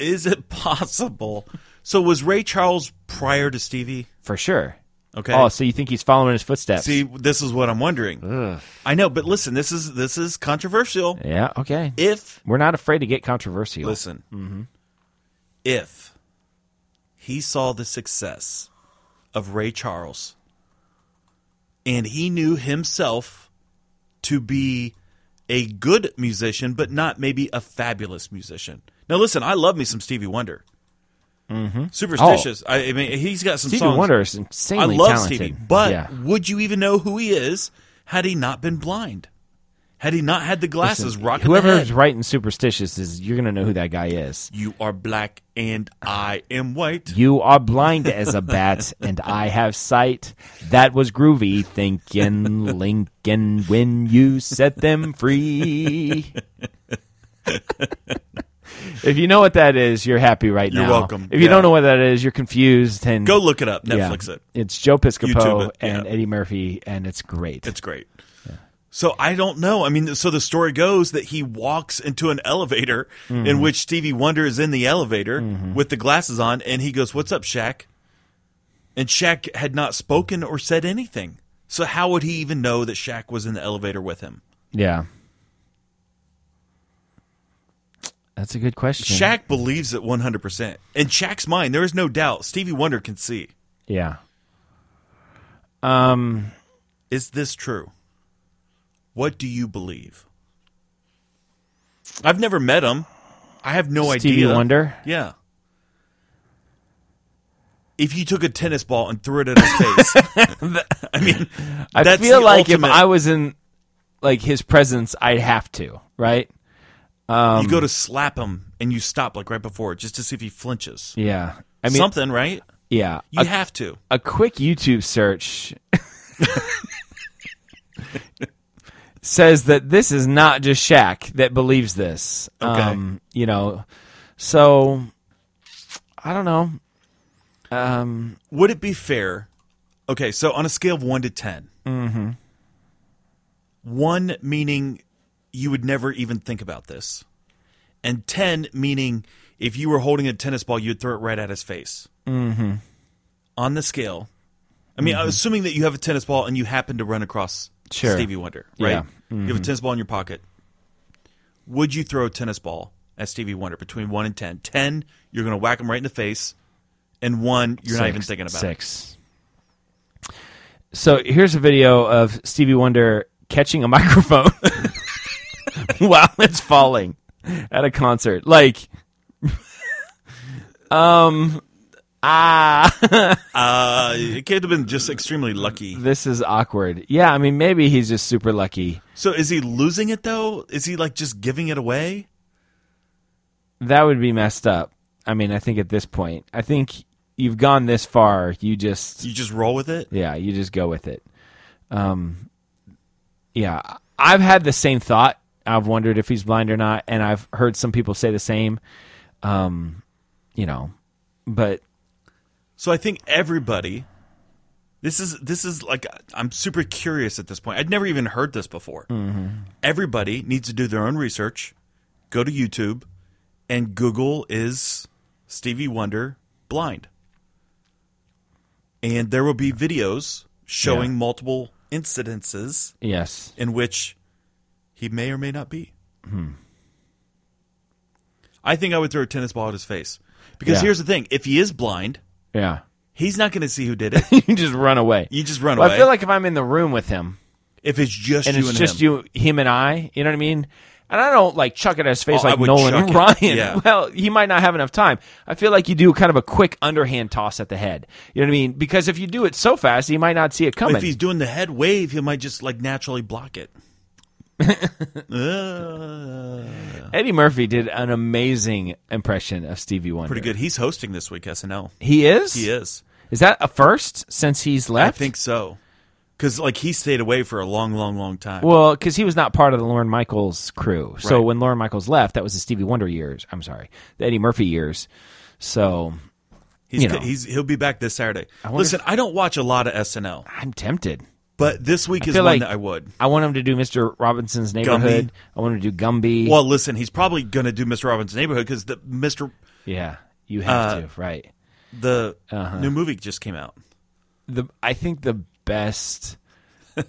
is it possible so was ray charles prior to stevie for sure. okay Oh, so you think he's following his footsteps. see this is what i'm wondering i know but listen this is this is controversial Yeah, okay. if We're not afraid to get controversial. listen Mm-hmm. if he saw the success of ray charles and he knew himself to be a good musician but not maybe a fabulous musician now listen i love me some stevie wonder superstitious I, I mean he's got some Mm-hmm. Oh. Stevie songs Wonder is i insanely love talented. stevie but Yeah. would you even know who he is had he not been blind had he not had the glasses rocking the head? whoever's writing superstitious is you're gonna know who that guy is. You are black and I am white. You are blind as a *laughs* bat, and I have sight. That was groovy thinking, Lincoln, when you set them free. if you know what that is, you're happy right You're now. welcome. If you Yeah. don't know what that is, you're confused. And Go look it up. Yeah. Netflix it. It's Joe YouTube Piscopo it, and yeah. Eddie Murphy, and it's great. It's great. So I don't know. I mean, so the story goes that he walks into an elevator in which Stevie Wonder is in the elevator with the glasses on, and he goes, "What's up, Shaq?" And Shaq had not spoken or said anything. So how would he even know that Shaq was in the elevator with him? yeah. That's a good question. Shaq believes it 100%. In Shaq's mind, there is no doubt Stevie Wonder can see. Yeah. Is this true? What do you believe? I've never met him. I have no Stevie idea. Wonder? Yeah. If you took a tennis ball and threw it at his *laughs* face, I mean, I that's feel the like ultimate. if I was in like his presence, I'd have to, right? Um, you go to slap him and you stop like right before just to see if he flinches. Yeah. I mean, Something, right? yeah. You A, have to. a quick YouTube search *laughs* says that this is not just Shaq that believes this. Um, Okay. you know, so I don't know. Would it be fair? Okay, so on a scale of one to 10 Mm-hmm. one meaning you would never even think about this, and ten meaning if you were holding a tennis ball, you'd throw it right at his face. Mm-hmm. On the scale, I mean, I'm assuming that you have a tennis ball and you happen to run across Mm-hmm. Sure. Stevie Wonder, right? Yeah. Mm-hmm. You have a tennis ball in your pocket. Would you throw a tennis ball at Stevie Wonder between one and ten? Ten, you're going to whack him right in the face, and one, you're not even Six- thinking about it. six. So here's a video of Stevie Wonder catching a *laughs* microphone while it's falling at a concert. Like, *laughs* um, ah, *laughs* Uh, it could have been just extremely lucky. this is awkward. Yeah, I mean, maybe he's just super lucky. So is he losing it though? Is he like just giving it away? That would be messed up. I mean, I think at this point, I think you've gone this far. You just You just roll with it? Yeah, you just go with it. Um, yeah, I've had the same thought. I've wondered if he's blind or not, and I've heard some people say the same. Um, you know, but So I think everybody This is this is like I'm super curious at this point. I'd never even heard this before. Mm-hmm. Everybody needs to do their own research. Go to YouTube and Google is Stevie Wonder blind. And there will be videos showing Yeah. multiple incidences Yes. in which he may or may not be. Hmm. I think I would throw a tennis ball at his face. Because Yeah. here's the thing if he is blind, Yeah. *laughs* he's not going to see who did it. you can just run away. You just *laughs* run Well, away. I feel like if I'm in the room with him if it's just and you it's and just him. you, him and I, you know what I mean? And I don't like chuck it at his face Oh, I like would Nolan chuck and it. Ryan. Yeah. *laughs* Well, he might not have enough time. I feel like you do kind of a quick underhand toss at the head. You know what I mean? Because if you do it so fast, he might not see it coming. If he's doing the head wave, he might just like naturally *laughs* block it. Uh, Eddie Murphy did an amazing impression of Stevie Wonder. pretty good. He's hosting this week, SNL. He is? He is. Is that a first since he's I left? think so. Because like he stayed away for a long, long, long time. Well, because he was not part of the Lauren Michaels crew. So Right. when Lauren Michaels left, that was the Stevie Wonder years. I'm sorry, the Eddie Murphy years. So he's, you know. he's he'll be back this Saturday. wonder Listen, I don't watch a lot of SNL, I'm tempted. but this week is feel one like- that I would. I want him to do Mr. Robinson's Neighborhood. I want him to do Gumby. Well, listen, he's probably going to do Mr. Robinson's Neighborhood because the Mr. yeah, you uh, have to right. the Uh-huh. new movie just came out. The I think the best.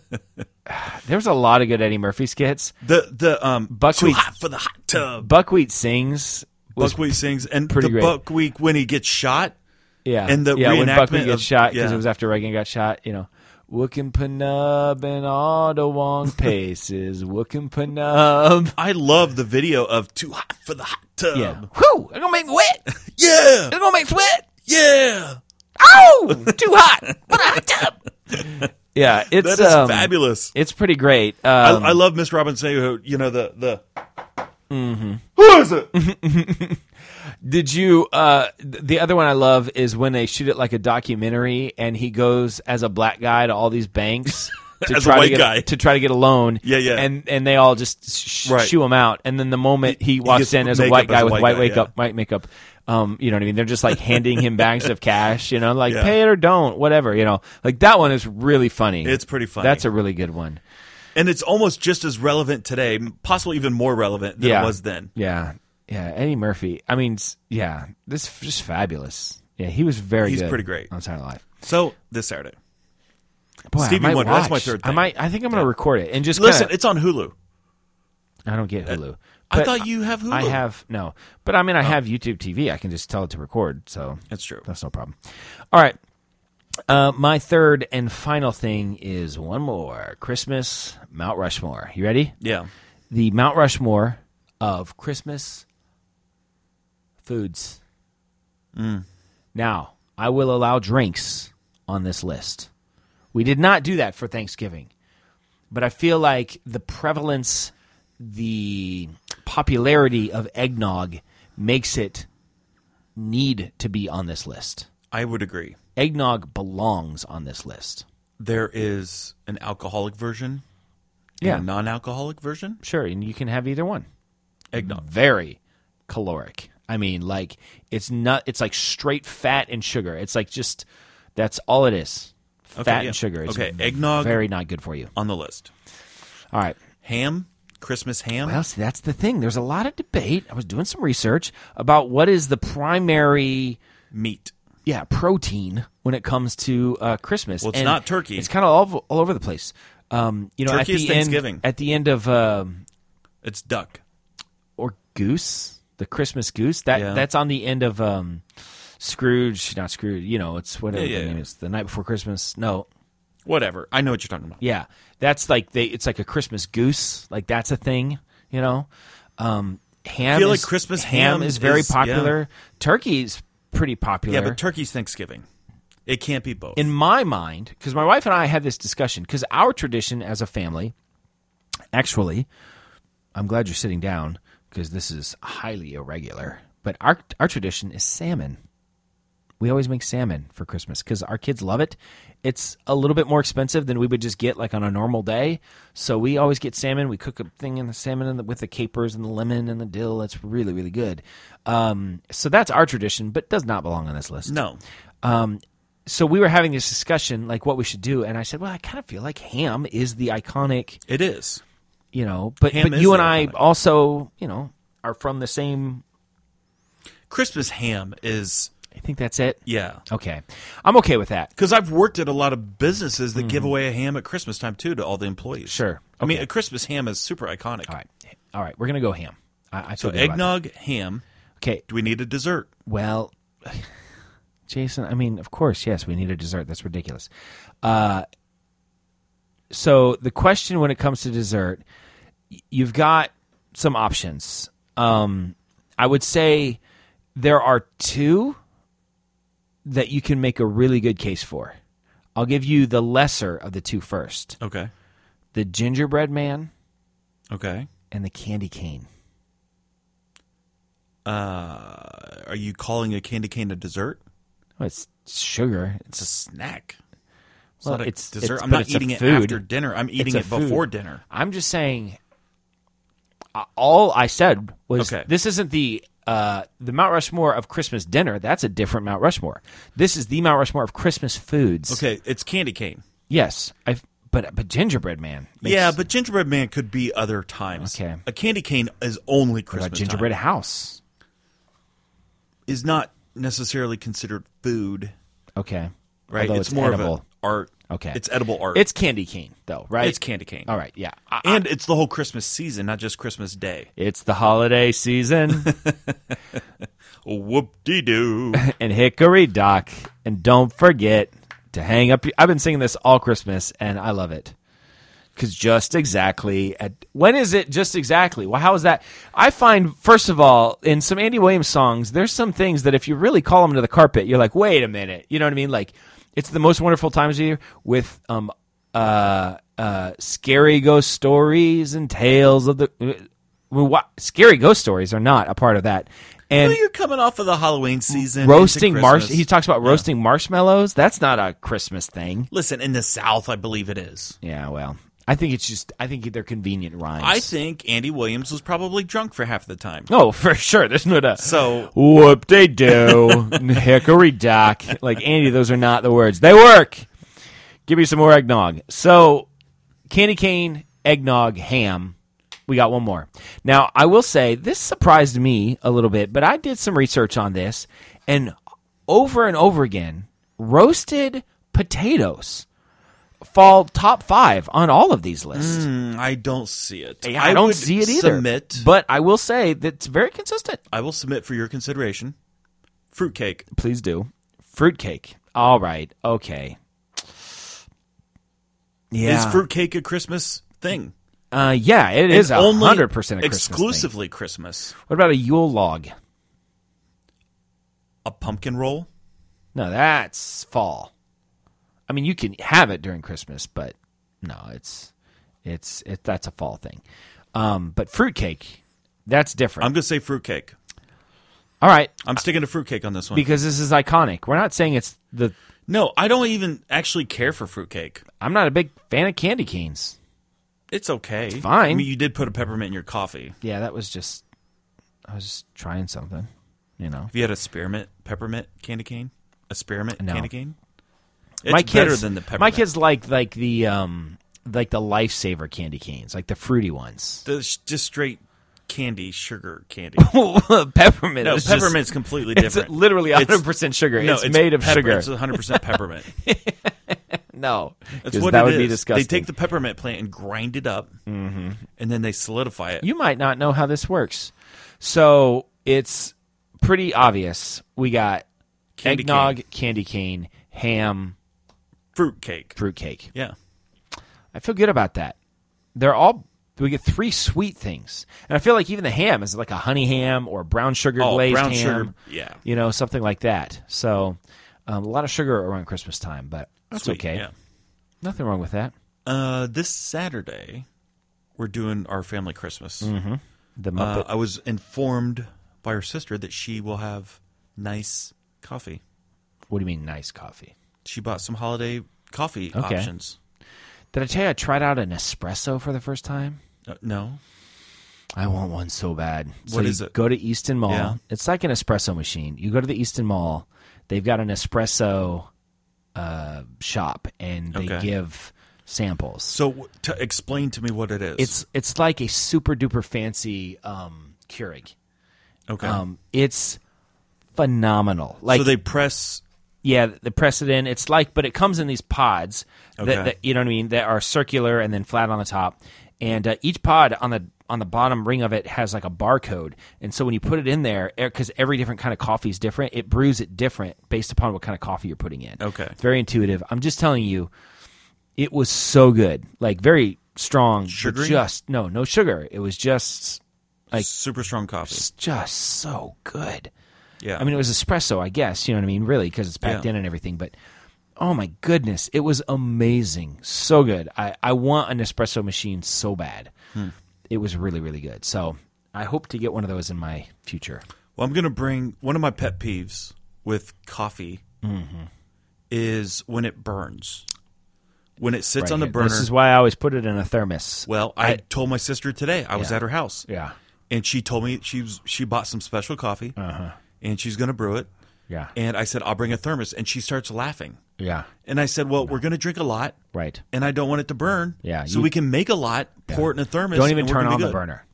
*sighs* There's a lot of good Eddie Murphy skits. The the um Buckwheat- too hot for the hot tub. Buckwheat sings. Was, Buckwheat sings and pretty the great. Buckwheat when he gets shot. yeah, and the yeah when reenactment Buckwheat gets of- shot because yeah. it was after Reagan got shot. You know, wookin' panub and all the wrong *laughs* paces. Wookin' panub. I love the video of too hot for the hot tub. Yeah. Whoo! They're gonna make me wet. They're Yeah, gonna make sweat. yeah. Oh, too hot. What a hot tub. *laughs* Yeah, it's That is um, fabulous. It's pretty great. I, Um, I love Mr. Robinson's Neighborhood. You know the the. Who is it? did you? Uh, th- the other one I love is when they shoot it like a documentary, and he goes as a black guy to all these *laughs* banks. To As a try white to get guy. to try to get a loan, Yeah, yeah. and and they all just sh- Right. shoo him out, and then the moment he, walks gets in as a makeup white as guy a with white white guy, makeup, yeah. white makeup, um, you know what I mean? They're just like handing him bags of cash, you know, like Yeah. pay it or don't, whatever, you know. Like that one is really funny. It's pretty funny. That's a really good one. and it's almost just as relevant today, possibly even more relevant than yeah, it was then. Yeah, yeah. Eddie Murphy. I mean, s- yeah, this is just fabulous. Yeah, he was very. He's good pretty great. on Saturday Night Live. So this Saturday, Boy, I Stevie might Wonder, that's my watch. third I thing. might. I think I'm going to record it and just listen, kinda- it's on Hulu. I don't get Hulu. I But thought you have Hulu. I have no, but I mean, I have YouTube TV. I can just tell it to record. So That's true. That's no problem. All right. Uh, my third and final thing is one more Christmas Mount Rushmore. You ready? Yeah. The Mount Rushmore of Christmas foods. Now, I will allow drinks on this list. We did not do that for Thanksgiving, but I feel like the prevalence, the popularity of eggnog makes it need to be on this list. I would agree. Eggnog belongs on this list. There is an alcoholic version, and Yeah. a non-alcoholic version. Sure, and you can have either one. Eggnog. very caloric. I mean, like it's not. It's like straight fat and sugar. It's like just that's all it is. Fat yeah. and sugar. It's Okay, eggnog- Very not good for you. On the list, All right. ham, Christmas ham. Well, see, that's the thing. There's a lot of debate. I was doing some research about what is the primary, meat. yeah, protein when it comes to uh, Christmas. Well, it's not turkey. It's kind of all, over- all over the place. Um, you know, at Turkey is the end- Thanksgiving. at the end of um, It's duck. or goose, the Christmas goose. That Yeah. that's on the end of um, Scrooge, not Scrooge. You know, it's whatever Yeah, yeah, the name yeah. is. The night before Christmas. No, Whatever. I know what you're talking about. yeah, that's like they. It's like a Christmas goose. Like that's a thing. You know, um, ham. I feel is, like Christmas ham is very is- yeah. popular. Turkey's pretty popular. Yeah, but turkey's Thanksgiving. It can't be both. in my mind, because my wife and I had this discussion, because our tradition as a family, actually, I'm glad you're sitting down because this is highly irregular. But our our tradition is salmon. We always make salmon for Christmas because our kids love it. It's a little bit more expensive than we would just get like on a normal day, so we always get salmon. We cook a thing in the salmon and the, with the capers and the lemon and the dill. That's really really good. Um, so that's our tradition, but does not belong on this list. no. Um, so we were having this discussion, like what we should do, and I said, well, I kind of feel like ham is the iconic, It is. you know, but Ham but is you the and I iconic. also, you know, are from the same. Christmas ham is I think that's it. yeah. Okay, I'm okay with that. Because I've worked at a lot of businesses that give away a ham at Christmas time too to all the employees. Mm-hmm. Sure. I mean, Okay. a Christmas ham is super iconic. All right, all right, we're gonna go ham. I, I So feel good about eggnog, ham. that. Okay, Do we need a dessert? Well, *sighs* Jason, I mean, of course, yes, we need a dessert. That's ridiculous. Uh, so the question when it comes to dessert, y- you've got some options. Um, I would say there are two that you can make a really good case for. I'll give you the lesser of the two first: Okay. the gingerbread man Okay. and the candy cane. Are you calling a candy cane a dessert? Well, it's sugar. It's It's a snack. It's Well, not a it's- dessert. it's- I'm but not it's a eating it food. after dinner. I'm eating a it before food. dinner. I'm just saying. uh, All I said was Okay. this isn't the uh, the Mount Rushmore of Christmas dinner. That's a different Mount Rushmore. This is the Mount Rushmore of Christmas foods. Okay, it's candy cane. Yes, I. But but gingerbread man. makes- yeah, what but gingerbread man could be other times. Okay. A candy cane is only about Christmas. gingerbread time. house. is not necessarily considered food, Okay, right? Although it's, more edible. of an art. Okay. It's edible art. It's candy cane though, right? It's candy cane. All right, yeah. I- I- And it's the whole Christmas season, not just Christmas Day. it's the holiday *laughs* season. Whoop *laughs* de doo. and Hickory Dock. And don't forget to hang up. I've been singing this all Christmas, and I love it. Because just exactly at when is it just exactly? Well, how is that? I find, first of all, in some Andy Williams songs, there's some things that if you really call them to the carpet, you're like, wait a minute. You know what I mean? Like, it's the most wonderful times of year with um uh uh scary ghost stories and tales of the. Well, what, scary ghost stories are not a part of that. And You're coming off of the Halloween season. into roasting marsh. Christmas. He talks about roasting marshmallows. That's not a Christmas thing. Listen, in the South, I believe it is. Yeah, well, I think it's just. I think they're convenient rhymes. I think Andy Williams was probably drunk for half the time. Oh, for sure. There's no doubt. So Whoop de do, *laughs* hickory dock. Like Andy, those are not the words. They work. Give me some more eggnog. So, candy cane, eggnog, ham. We got one more. Now, I will say this surprised me a little bit, but I did some research on this, and over and over again, roasted potatoes fall top five on all of these lists. I don't see it. I, don't Mm, would see it either. Submit. But I will say that's very consistent. I will submit for your consideration. Fruitcake. Please do. Fruitcake. All right. Okay. Is Yeah. fruitcake a Christmas thing? uh, yeah, it is And a only hundred percent a Christmas thing. exclusively Christmas. What about a Yule log? A pumpkin roll. No, that's fall. I mean, you can have it during Christmas, but no, it's it's it, that's a fall thing. Um, but fruitcake, that's different. I'm going to say fruitcake. All right, I'm sticking to fruitcake on this one. because this is iconic. We're not saying it's the. no, I don't even actually care for fruitcake. I'm not a big fan of candy canes. It's okay. It's fine. I mean, you did put a peppermint in your coffee. Yeah, that was just. I was just trying something, you know. Have you had a spearmint peppermint candy cane? A spearmint No. candy cane? It's my kids, better than the peppermint. My kids like like the um like the lifesaver candy canes, like the fruity *laughs* ones. The sh- just straight candy, sugar candy. peppermint. *laughs* No, is just- peppermint's completely It's different. literally It's- 100 percent sugar. no, it's, made of pepper- It's sugar. *laughs* 100 percent peppermint. No, That's 'cause what that it would be is. disgusting. Mm-hmm. They take the peppermint plant and grind it up, and then they solidify it. you might not know how this works, so it's pretty obvious. We got Candy eggnog, cane. candy cane, ham, Fruitcake. fruitcake. Yeah. I feel good about that. They're all we get three sweet things, and I feel like even the ham is like a honey ham or brown sugar Oh, glazed brown ham. sugar. Yeah. you know something like that. So um, a lot of sugar around Christmas time, but that's Sweet, okay. Yeah. Nothing wrong with that. Uh, this Saturday, we're doing our family Christmas. Mm-hmm. The Uh, Muppet. I was informed by her sister that she will have nice coffee. what do you mean, nice coffee? She bought some holiday coffee Okay. options. Did I tell you I tried out an espresso for the first time? Uh, no. I want one so bad. So What you is it? Go to Easton Mall. Yeah. It's like an espresso machine. You go to the Easton Mall. They've got an espresso uh, shop and they Okay. give samples. So w- to explain to me what it is. it's it's like a super duper fancy um, Keurig. okay. Um, it's phenomenal. Like so they press. yeah, the precedent. It's like, but it comes in these pods that, Okay. that you know what I mean. That are circular and then flat on the top, and uh, each pod on the on the bottom ring of it has like a barcode. And so when you put it in there, because every different kind of coffee is different, it brews it different based upon what kind of coffee you're putting in. Okay. it's very intuitive. I'm just telling you, it was so good, like very strong, but Sugary? Just no, no sugar. It was just super strong coffee. just so good. Yeah. I mean, it was espresso, I guess. You know what I mean? Really, because it's packed Yeah. in and everything. But oh my goodness, it was amazing. So good. I, I want an espresso machine so bad. Hmm. It was really, really good. So I hope to get one of those in my future. Well, I'm going to bring one of my pet peeves with coffee Mm-hmm. is when it burns. When it sits Right on the here. burner. This is why I always put it in a thermos. well, I, told my sister today. I was Yeah. at her house. yeah, And she told me she was, she bought some special coffee Uh-huh. and she's going to brew it. yeah, And I said, I'll bring a thermos. And she starts laughing. yeah. And I said, Well, we're going to drink a lot. Right. And I don't want it to burn. Yeah, So you- we can make a lot, pour it in a thermos. Don't even and we're turn gonna on be the good. burner.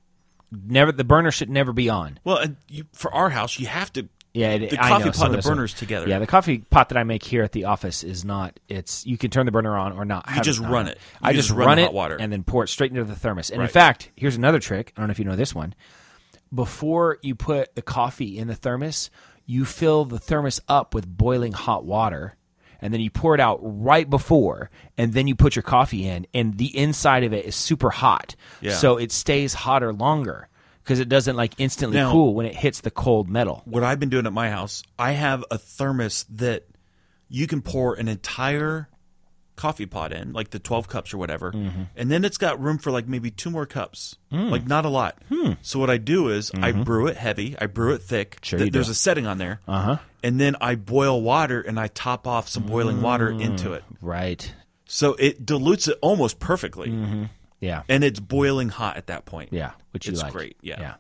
Never. The burner should never be on. Well, and you, for our house, you have to. Yeah, it, the I coffee know, pot some and of the those are- burners together. Yeah, the coffee pot that I make here at the office is not. It's you can turn the burner on or not. have just on. run it. You I just just, run run, the it hot water. and then pour it straight into the thermos. And Right. in fact, here's another trick. I don't know if you know this one. Before you put the coffee in the thermos, you fill the thermos up with boiling hot water. And then you pour it out right before, and then you put your coffee in, and the inside of it is super hot. Yeah. So it stays hotter longer because it doesn't like instantly Now- cool when it hits the cold metal. what I've been doing at my house, I have a thermos that you can pour an entire coffee pot in, like the 12 cups or whatever. Mm-hmm. And then it's got room for like maybe two more cups, Mm. like not a lot. Hmm. So what I do is I brew it heavy, I brew it thick. Mm-hmm. Sure Th- you do. There's a setting on there. Uh-huh. And then I boil water and I top off some boiling water Mm. into it. Right. So it dilutes it almost perfectly. Mm-hmm. Yeah. And it's boiling hot at that point. Yeah, which you It's like. great, yeah.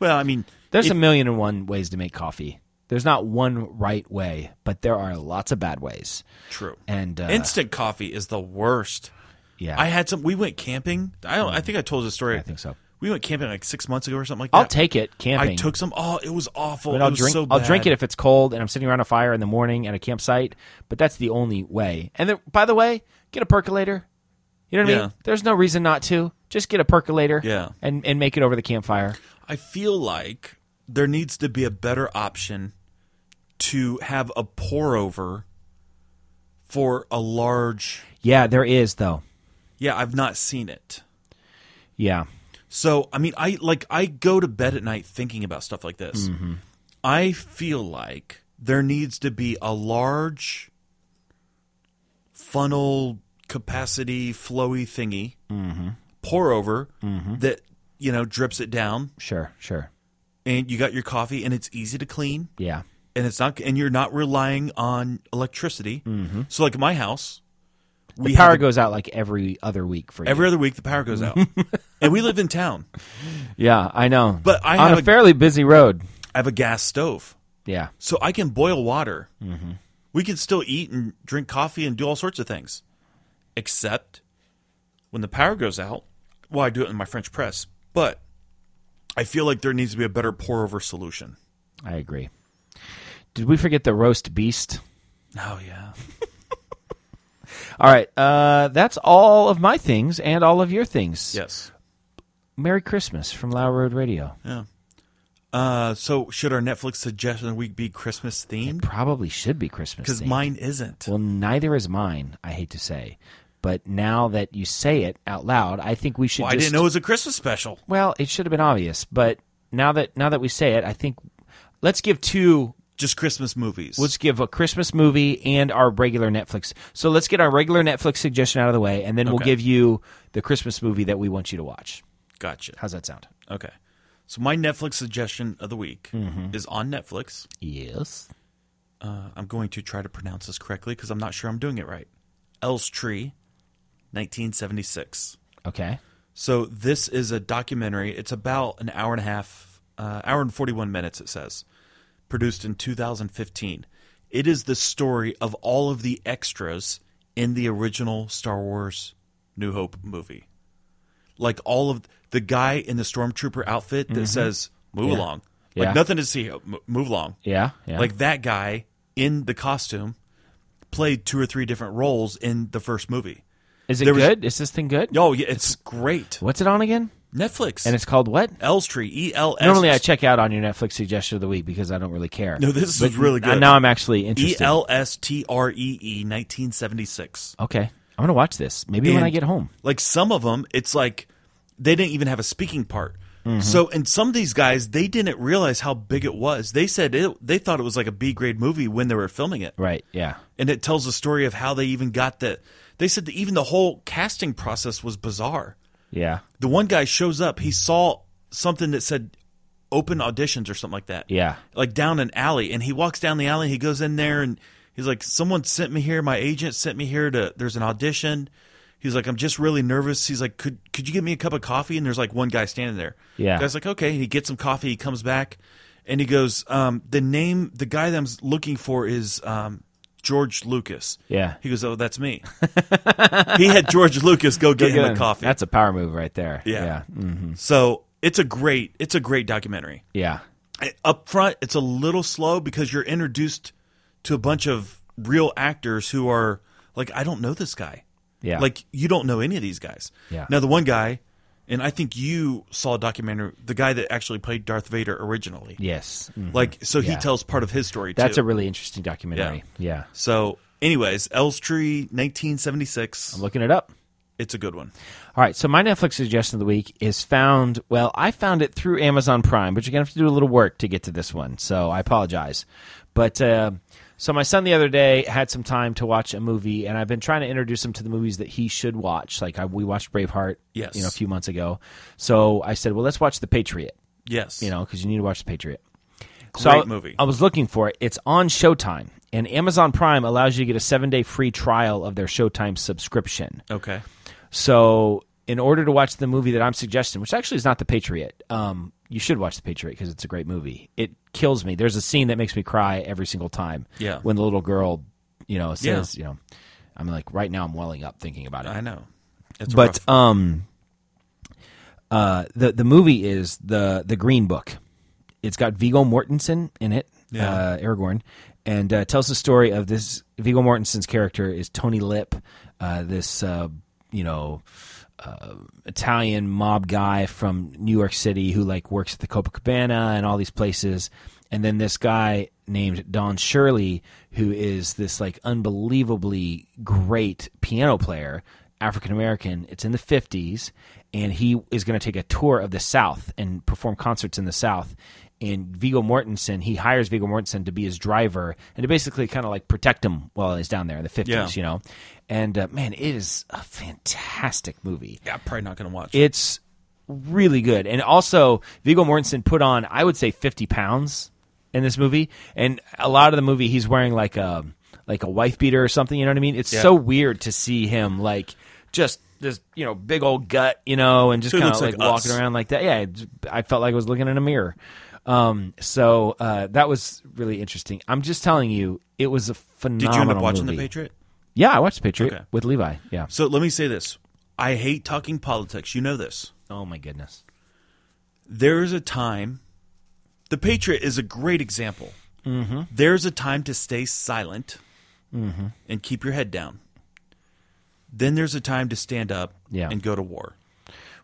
Well, I mean, There's If- a million and one ways to make coffee. There's not one right way, but there are lots of bad ways. true. And uh, Instant coffee is the worst. yeah, Mm. I had some. We went camping. I don't, I think I told the story. I think so. We went camping like six months ago or something like that. I'll take it camping. I took some. Oh, it was awful. But I'll it was drink. so I'll drink bad. it if it's cold and I'm sitting around a fire in the morning at a campsite. But that's the only way. And there, by the way, get a percolator. You know what I Yeah. mean? There's no reason not to. Just get a percolator. Yeah. And and make it over the campfire. I feel like there needs to be a better option to have a pour over for a large. Yeah, there is though. Yeah, I've not seen it. Yeah. So I mean, I like I go to bed at night thinking about stuff like this. Mm-hmm. I feel like there needs to be a large funnel capacity flowy thingy Mm-hmm. pour over that you know drips it down, Sure. Sure. and you got your coffee, and it's easy to clean, Yeah. and it's not, and you're not relying on electricity. So like my house, Mm-hmm. we The power have a- goes out like every other week for you. every other week. The power *laughs* goes out, and we live in town. Yeah, I know. But I on have a, a- fairly busy road. I have a gas stove. Yeah, so I can boil water. Mm-hmm. We can still eat and drink coffee and do all sorts of things, except when the power goes out. Well, I do it in my French press, but I feel like there needs to be a better pour over solution. I agree. Did we forget the roast beast? Oh *laughs* yeah, All right, uh, that's all of my things and all of your things. yes. Merry Christmas from Lower Road Radio. Uh, so should our Netflix suggestion of the week be Christmas themed? Probably should be Christmas. Because themed. mine isn't. Well, neither is mine. I hate to say, but now that you say it out loud, I think we should. Well, I just, didn't know it was a Christmas special. Well, it should have been obvious, but now that now that we say it, I think let's give two Just Christmas movies. Let's give a Christmas movie and our regular Netflix. So let's get our regular Netflix suggestion out of the way, and then we'll Okay. give you the Christmas movie that we want you to watch. gotcha. How's that sound? Okay. So my Netflix suggestion of the week Mm-hmm. is on Netflix. Yes. I'm going to try to pronounce this correctly because I'm not sure I'm doing it right. Else Tree, 1976. Okay. So this is a documentary. It's about an hour and a half, uh, hour and 41 minutes, it says, produced in 2015. It is the story of all of the extras in the original Star Wars New Hope movie. Like all of the guy in the stormtrooper outfit that says "Move along," like Mm-hmm. Yeah. nothing to see. M- move along. Yeah, yeah. Like that guy in the costume played two or three different roles in the first movie. Is it there was- good? Is this thing good? Oh, yeah, it's great. What's it on again? Netflix And it's called what? Elstree. E L S. Normally, I check out on your Netflix suggestion of the week because I don't really care. No, this is really good. Now I'm actually E interested. L S T R E E 1976. okay, I'm gonna watch this. Maybe when And, I get home. Like some of them, it's like they didn't even have a speaking part. Mm-hmm. So, and some of these guys, they didn't realize how big it was. They said it, they thought it was like a B grade movie when they were filming it. Right? Yeah. And it tells the story of how they even got the. They said that even the whole casting process was bizarre. Yeah. The one guy shows up, he saw something that said open auditions or something like that. Yeah. Like down an alley. And he walks down the alley, he goes in there and he's like, Someone sent me here, my agent sent me here to there's an audition. He's like, I'm just really nervous. He's like, Could could you get me a cup of coffee? And there's like one guy standing there. Yeah. guy's like, Okay. He gets some coffee, he comes back and he goes, um, the name the guy that I'm looking for is um George Lucas. Yeah. He goes, Oh, that's me. *laughs* he had George Lucas go get him a Good. coffee. That's a power move right there. Yeah. Yeah. Mm, So it's a great it's a great documentary. yeah. I- Up front, it's a little slow because you're introduced to a bunch of real actors who are like, I don't know this guy. Yeah. Like you don't know any of these guys. Yeah. Now the one guy, and I think you saw a documentary, the guy that actually played Darth Vader originally. Yes. Mm. Like so he Yeah. tells part of his story That's too. a really interesting documentary. Yeah. so anyways, Elstree, nineteen seventy six. I'm looking it up. It's a good one. All right, so my Netflix suggestion of the week is found. Well, I found it through Amazon Prime, but you're gonna have to do a little work to get to this one, so I apologize. But uh, so my son the other day had some time to watch a movie, and I've been trying to introduce him to the movies that he should watch. Like I, we watched Braveheart, Yes. you know, a few months ago. So I said, well, let's watch The Patriot, Yes. you know, because you need to watch The Patriot. Great I- movie. I was looking for it. It's on Showtime, and Amazon Prime allows you to get a seven day free trial of their Showtime subscription. Okay. So, in order to watch the movie that I'm suggesting, which actually is not The Patriot, um, you should watch The Patriot because it's a great movie. It kills me. There's a scene that makes me cry every single time. Yeah. When the little girl, you know, says, you know, I'm like, right now I'm welling up thinking about it I know. It's but rough. um uh the the movie is the the green book it's got vigo mortensen in it Yeah. uh aragorn and uh, tells the story of this vigo mortensen's character is tony lip uh this uh you know uh, Italian mob guy from New York City who like works at the Copacabana and all these places, and then this guy named Don Shirley who is this like unbelievably great piano player, African American. It's in the fifties, and he is going to take a tour of the South and perform concerts in the South. And Vigo Mortensen, he hires Vigo Mortensen to be his driver and to basically kind of like protect him while he's down there in the 50s, Yeah. you know? And uh, man, it is a fantastic movie. yeah, I'm probably not gonna watch. It's really good. And also, Viggo Mortensen put on, I would say, 50 pounds in this movie. And a lot of the movie, he's wearing like a like a wife beater or something. You know what I mean? It's so weird to see him like just this, you know, big old gut, you know, and just Dude kind of looks like, like us. walking around like that. Yeah, it- I felt like I was looking in a mirror. Um, so uh, that was really interesting. I'm just telling you, it was a Did phenomenal. you end up watching movie. The Patriot? Yeah, I watched The Patriot Okay. with Levi. Yeah. So let me say this. I hate talking politics. You know this. Oh my goodness. There is a time. The Patriot is a great example. Mm-hmm. There's a time to stay silent Mm-hmm. and keep your head down. Then there's a time to stand up Yeah. and go to war.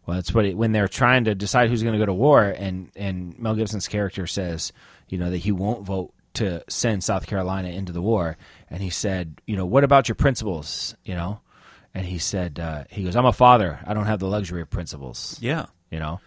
Well, that's what it, when they're trying to decide who's going to go to war, and and Mel Gibson's character says, you know, that he won't vote to send South Carolina into the war, and he said, you know, what about your principles, you know, and he said, uh, he goes, I'm a father, I don't have the luxury of principles, Yeah. you know,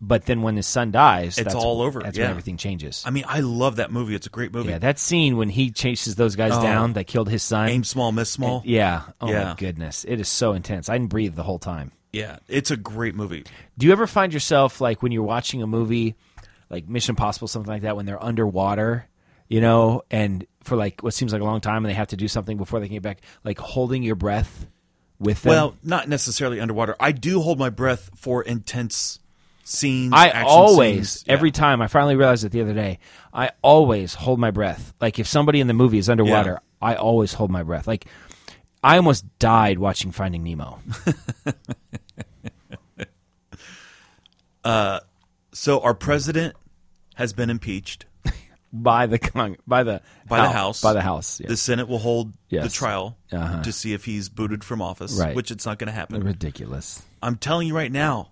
but then when his son dies, It's that's, all over, That's yeah. when everything changes. I mean, I love that movie. It's a great movie. yeah, that scene when he chases those guys down that killed his son. Aim small, miss small. yeah. Oh Oh. Yeah. my goodness, it is so intense. I didn't breathe the whole time. yeah. It's a great movie. Do you ever find yourself like when you're watching a movie, like Mission Impossible, something like that, when they're underwater, you know, and for like what seems like a long time, and they have to do something before they can get back, like holding your breath with them? Well, not necessarily underwater. I do hold my breath for intense scenes. I action always, scenes. every Yeah. time, I finally realized it the other day. I always hold my breath. Like if somebody in the movie is underwater, I always hold my breath. Like I almost died watching Finding Nemo. So our president has been impeached. *laughs* by the con- by the By the House. by the house. Yeah. The Senate will hold the Yes. trial Uh-huh. to see if he's booted from office, Right. which it's not going to happen. ridiculous. I'm telling you right now,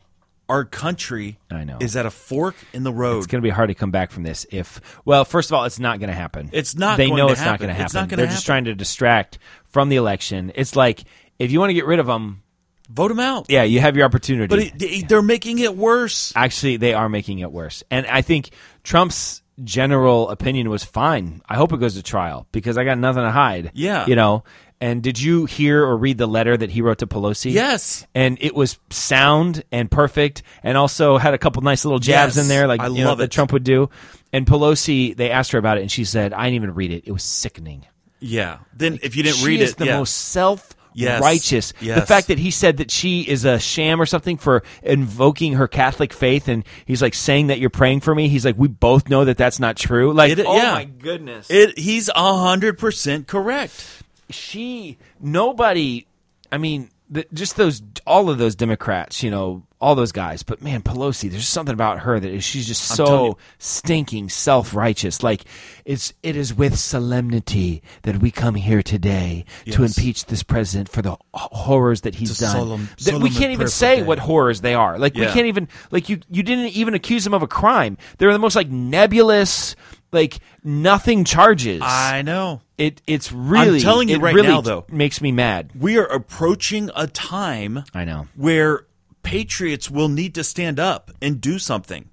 our country I know. is at a fork in the It's road. going to be hard to come back from this. If well, first of all, it's not going to happen. It's not They going know to it's not happen. going to happen. It's not gonna They're just trying to distract from the election. It's like if you want to get rid of them, Vote him out. yeah, you have your opportunity. But it, they- they're making it worse. Actually, they are making it worse. And I think Trump's general opinion was fine. I hope it goes to trial because I got nothing to hide. Yeah. you know. And did you hear or read the letter that he wrote to Pelosi? Yes. and it was sound and perfect, and also had a couple nice little jabs Yes, in there, like I you know, love that it. Trump would do. And Pelosi, they asked her about it, and she said, "I didn't even read it. It was sickening." Yeah. Then if you didn't she read is it, the yeah. most self. Yes, Righteous. The yes. fact that he said that she is a sham or something for invoking her Catholic faith, and he's like saying that you're praying for me. He's like, we both know that that's not true. Like, It- oh yeah. my goodness, it, he's hundred percent correct. she nobody i mean the, just those all of those democrats you know all those guys but man pelosi there's something about her that is, she's just telling so you. stinking self-righteous like it's it is with solemnity that we come here today to Yes. impeach this president for the h- horrors that he's It's a done solemn- that we solemn can't and even prayerful say day. what horrors they are like we Yeah. can't even like you you didn't even accuse him of a crime they're the most like nebulous like nothing charges I know. it it's really telling you it right really now, though. makes me mad. We are approaching a time I know. where patriots will need to stand up and do something.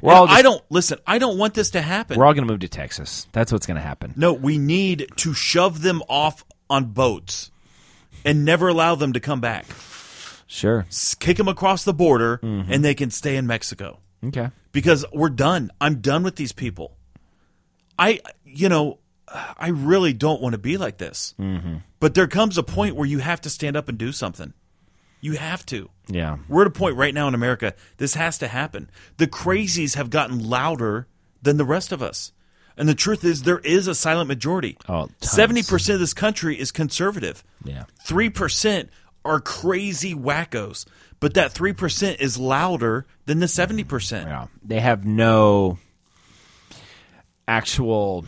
We're And all just, I don't listen. I don't want this to happen. we're all going to move to Texas. That's what's going to happen. No, we need to shove them off on boats and never allow them to come back. Sure. S- Kick them across the border Mm-hmm. and they can stay in Mexico Okay. because we're done. I'm done with these people. I, you know, I really don't want to be like this. Mm-hmm. But there comes a point where you have to stand up and do something. You have to. Yeah. We're at a point right now in America, this has to happen. The crazies have gotten louder than the rest of us. And the truth is, there is a silent majority. Oh, tons. 70% of this country is conservative. Yeah. 3% are crazy wackos. But that 3% is louder than the 70%. Yeah. They have no actual.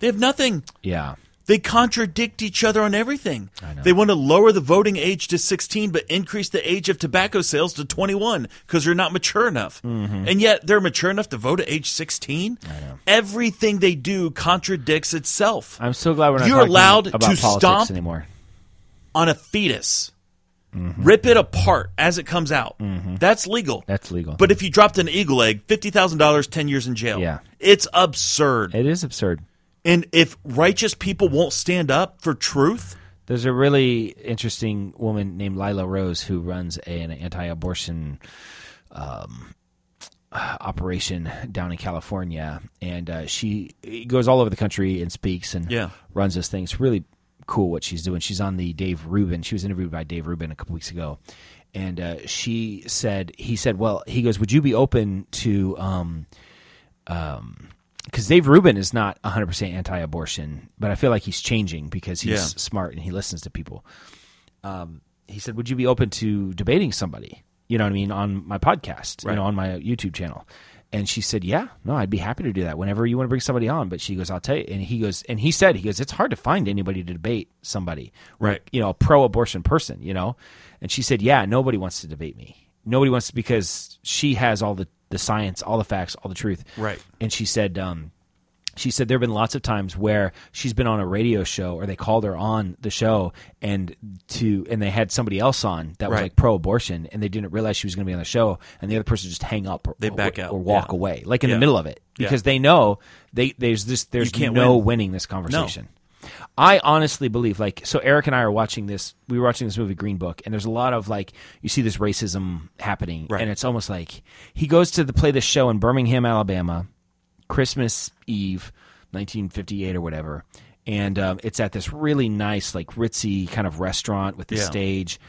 They have nothing. Yeah. They contradict each other on everything. They want to lower the voting age to 16, but increase the age of tobacco sales to 21 because you're not mature enough. Mm-hmm. And yet they're mature enough to vote at age 16. Everything they do contradicts itself I'm so glad we're not You're talking allowed about to politics stomp- anymore. on a fetus. Rip it apart as it comes out. That's legal. Mm-hmm. That's legal. But if you dropped an eagle egg, $50,000, 10 years in jail. Yeah. It's absurd. it is absurd. and if righteous people won't stand up for truth, There's a really interesting woman named Lila Rose who runs an anti-abortion um, operation down in California, and uh, she goes all over the country and speaks and Yeah. runs this thing. It's really cool what she's doing. She's on the Dave Rubin. She was interviewed by Dave Rubin a couple weeks ago, and uh, she said, he said, well, he goes, would you be open to? Um, because Dave Rubin is not 100% anti abortion, but I feel like he's changing because he's Yeah. smart and he listens to people. Um, he said, Would you be open to debating somebody, you know what I mean, on my podcast, you know, on my YouTube channel? And she said, Yeah, no, I'd be happy to do that whenever you want to bring somebody on. But she goes, I'll tell you. And he goes, And he said, He goes, It's hard to find anybody to debate somebody, Right. You know, a pro abortion person, you know? And she said, Yeah, nobody wants to debate me. Nobody wants to, because she has all the, the science, all the facts, all the truth Right. and she said um, she said there have been lots of times where she's been on a radio show or they called her on the show and to and they had somebody else on that was Right. like pro-abortion and they didn't realize she was going to be on the show and the other person just hang up or They or- back out, or walk yeah. away like in Yeah. the middle of it Yeah. because they know they there's this there's can't no win. winning this conversation. I honestly believe like so Eric and I are watching this we were watching this movie Green Book and there's a lot of like you see this racism happening Right. and it's almost like he goes to the play this show in Birmingham, Alabama, Christmas Eve, 1958 or whatever. And um, it's at this really nice like ritzy kind of restaurant with the Yeah. stage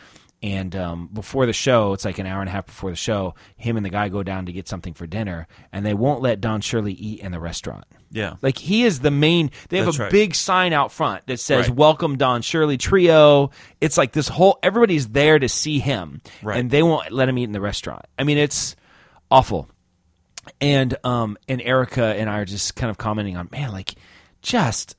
And um, before the show, it's like an hour and a half before the show. Him and the guy go down to get something for dinner, and they won't let Don Shirley eat in the restaurant. Yeah. Like he is the main. They have That's a right. big sign out front that says Right. "Welcome Don Shirley Trio." It's like this whole everybody's there to see him, Right. and they won't let him eat in the restaurant. I mean, it's awful. And um and Erica and I are just kind of commenting on man, like just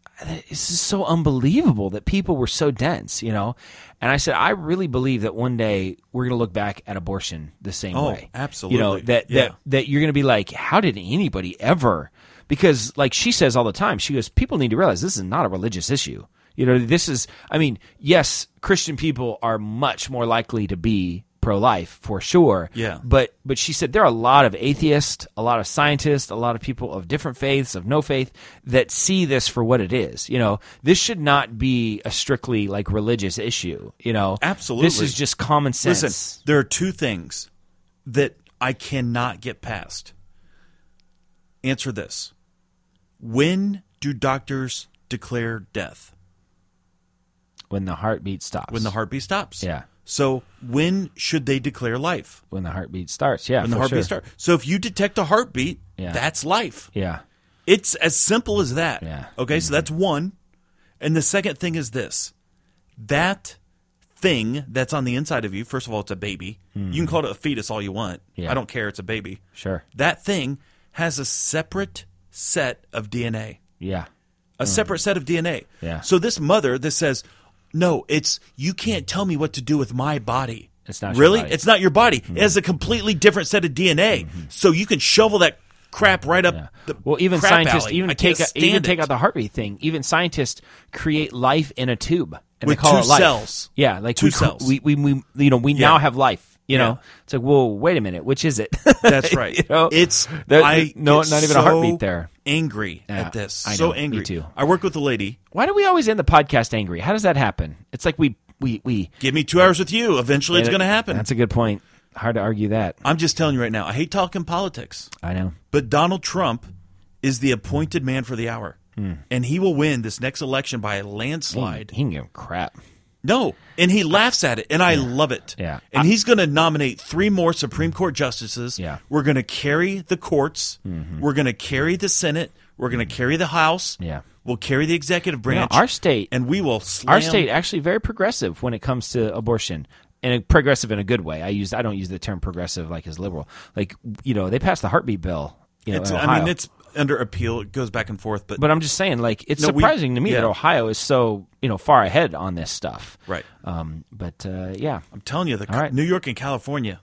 this is so unbelievable that people were so dense, you know. And I said, I really believe that one day we're going to look back at abortion the same Oh, way. You know absolutely. that Yeah. that that you're going to be like, how did anybody ever? Because like she says all the time, she goes, people need to realize this is not a religious issue. You know, this is. I mean, yes, Christian people are much more likely to be pro-life for sure. Yeah. But but she said there are a lot of atheists, a lot of scientists, a lot of people of different faiths, of no faith that see this for what it is. You know, this should not be a strictly like religious issue. You know, This Absolutely. is just common sense. Listen, there are two things that I cannot get past. Answer this. When do doctors declare death? when the heartbeat stops. When the heartbeat stops. Yeah. So when should they declare life? when the heartbeat starts. Yeah, When the for heartbeat sure. starts. So if you detect a heartbeat, Yeah. that's life. Yeah, It's as simple as that. Yeah. Mm-hmm. Okay, so that's one. And the second thing is this that thing that's on the inside of you, first of all, it's a baby. You can call it a fetus all you want. Mm-hmm. Yeah. I don't care. It's a baby. sure. That thing has a separate set of DNA, Yeah, a separate set of DNA. Yeah. So this mother that says, no, it's you can't tell me what to do with my body. It's not your really. body. Mm-hmm. It's not your body. It has a completely different set of DNA. So you can shovel that crap right up. yeah. The well, even crap scientists alley. I even can't take out, stand even it. take out the heartbeat thing. Even scientists create life in a tube and With they call two it life. cells. Yeah, like Two we, cr- cells. We, we we you know we now have life. You Yeah. know, it's like whoa, wait a minute, which is it? *laughs* That's right. You know? It's There- I no, get not even so a heartbeat there. Angry Yeah, at this, I so know. Me angry. too. I work with a lady. Why do we always end the podcast angry? How does that happen? It's like we we we. Give me two hours with you. Eventually, it's going to happen. That's a good point. Hard to argue that. I'm just telling you right now. I hate talking politics, I know. but Donald Trump is the appointed man for the hour, Hmm. and he will win this next election by a landslide. He can give a crap. No, and he laughs at it, and I love it. Yeah. and he's going to nominate three more Supreme Court justices. Yeah. Mm-hmm. we're going to carry the courts. We're going to carry the Senate. We're going to carry the House. Yeah. we'll carry the executive You know, branch. our state and we will slam. our state actually very progressive when it comes to abortion and progressive in a good way i use i don't use the term progressive like as liberal like you know they passed the heartbeat bill you know It's, in I mean, Ohio. it's under appeal. It goes back and forth, but, but i'm just saying like it's No, we- surprising to me that yeah. ohio is so you know far ahead on this stuff Right. um but uh yeah I'm telling you, the All right. New York and California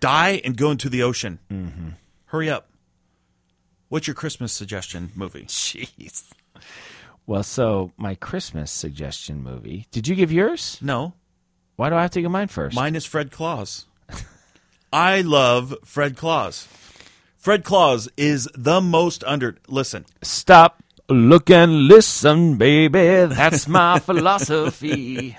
die and go into the ocean. Mm-hmm. Hurry up! What's your Christmas suggestion movie? jeez well so my christmas suggestion movie did you give yours No, why do i have to give mine first Mine is Fred *laughs* Claus. I love Fred Claus. Fred Claus is the most under. Listen, stop look and listen baby that's *laughs* my philosophy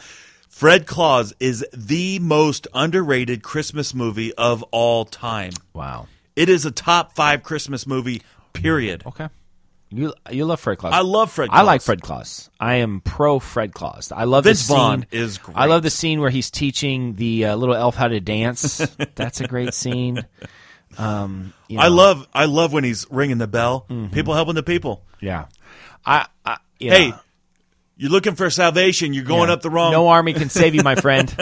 Fred Claus is the most underrated Christmas movie of all time. wow It is a top five Christmas movie. Period. Okay. You you love Fred Claus. I love Fred. I Claus. like Fred Claus. I am pro Fred Claus. I love Vince the scene. Vaughn is great. I love the scene where he's teaching the uh, little elf how to *laughs* dance. That's a great scene. Um, you I know, love. I love when he's ringing the bell. Mm-hmm. People helping the people. Yeah. I. I yeah. Hey, you're looking for salvation. You're going Yeah. up the wrong. No army can save you, my *laughs* friend.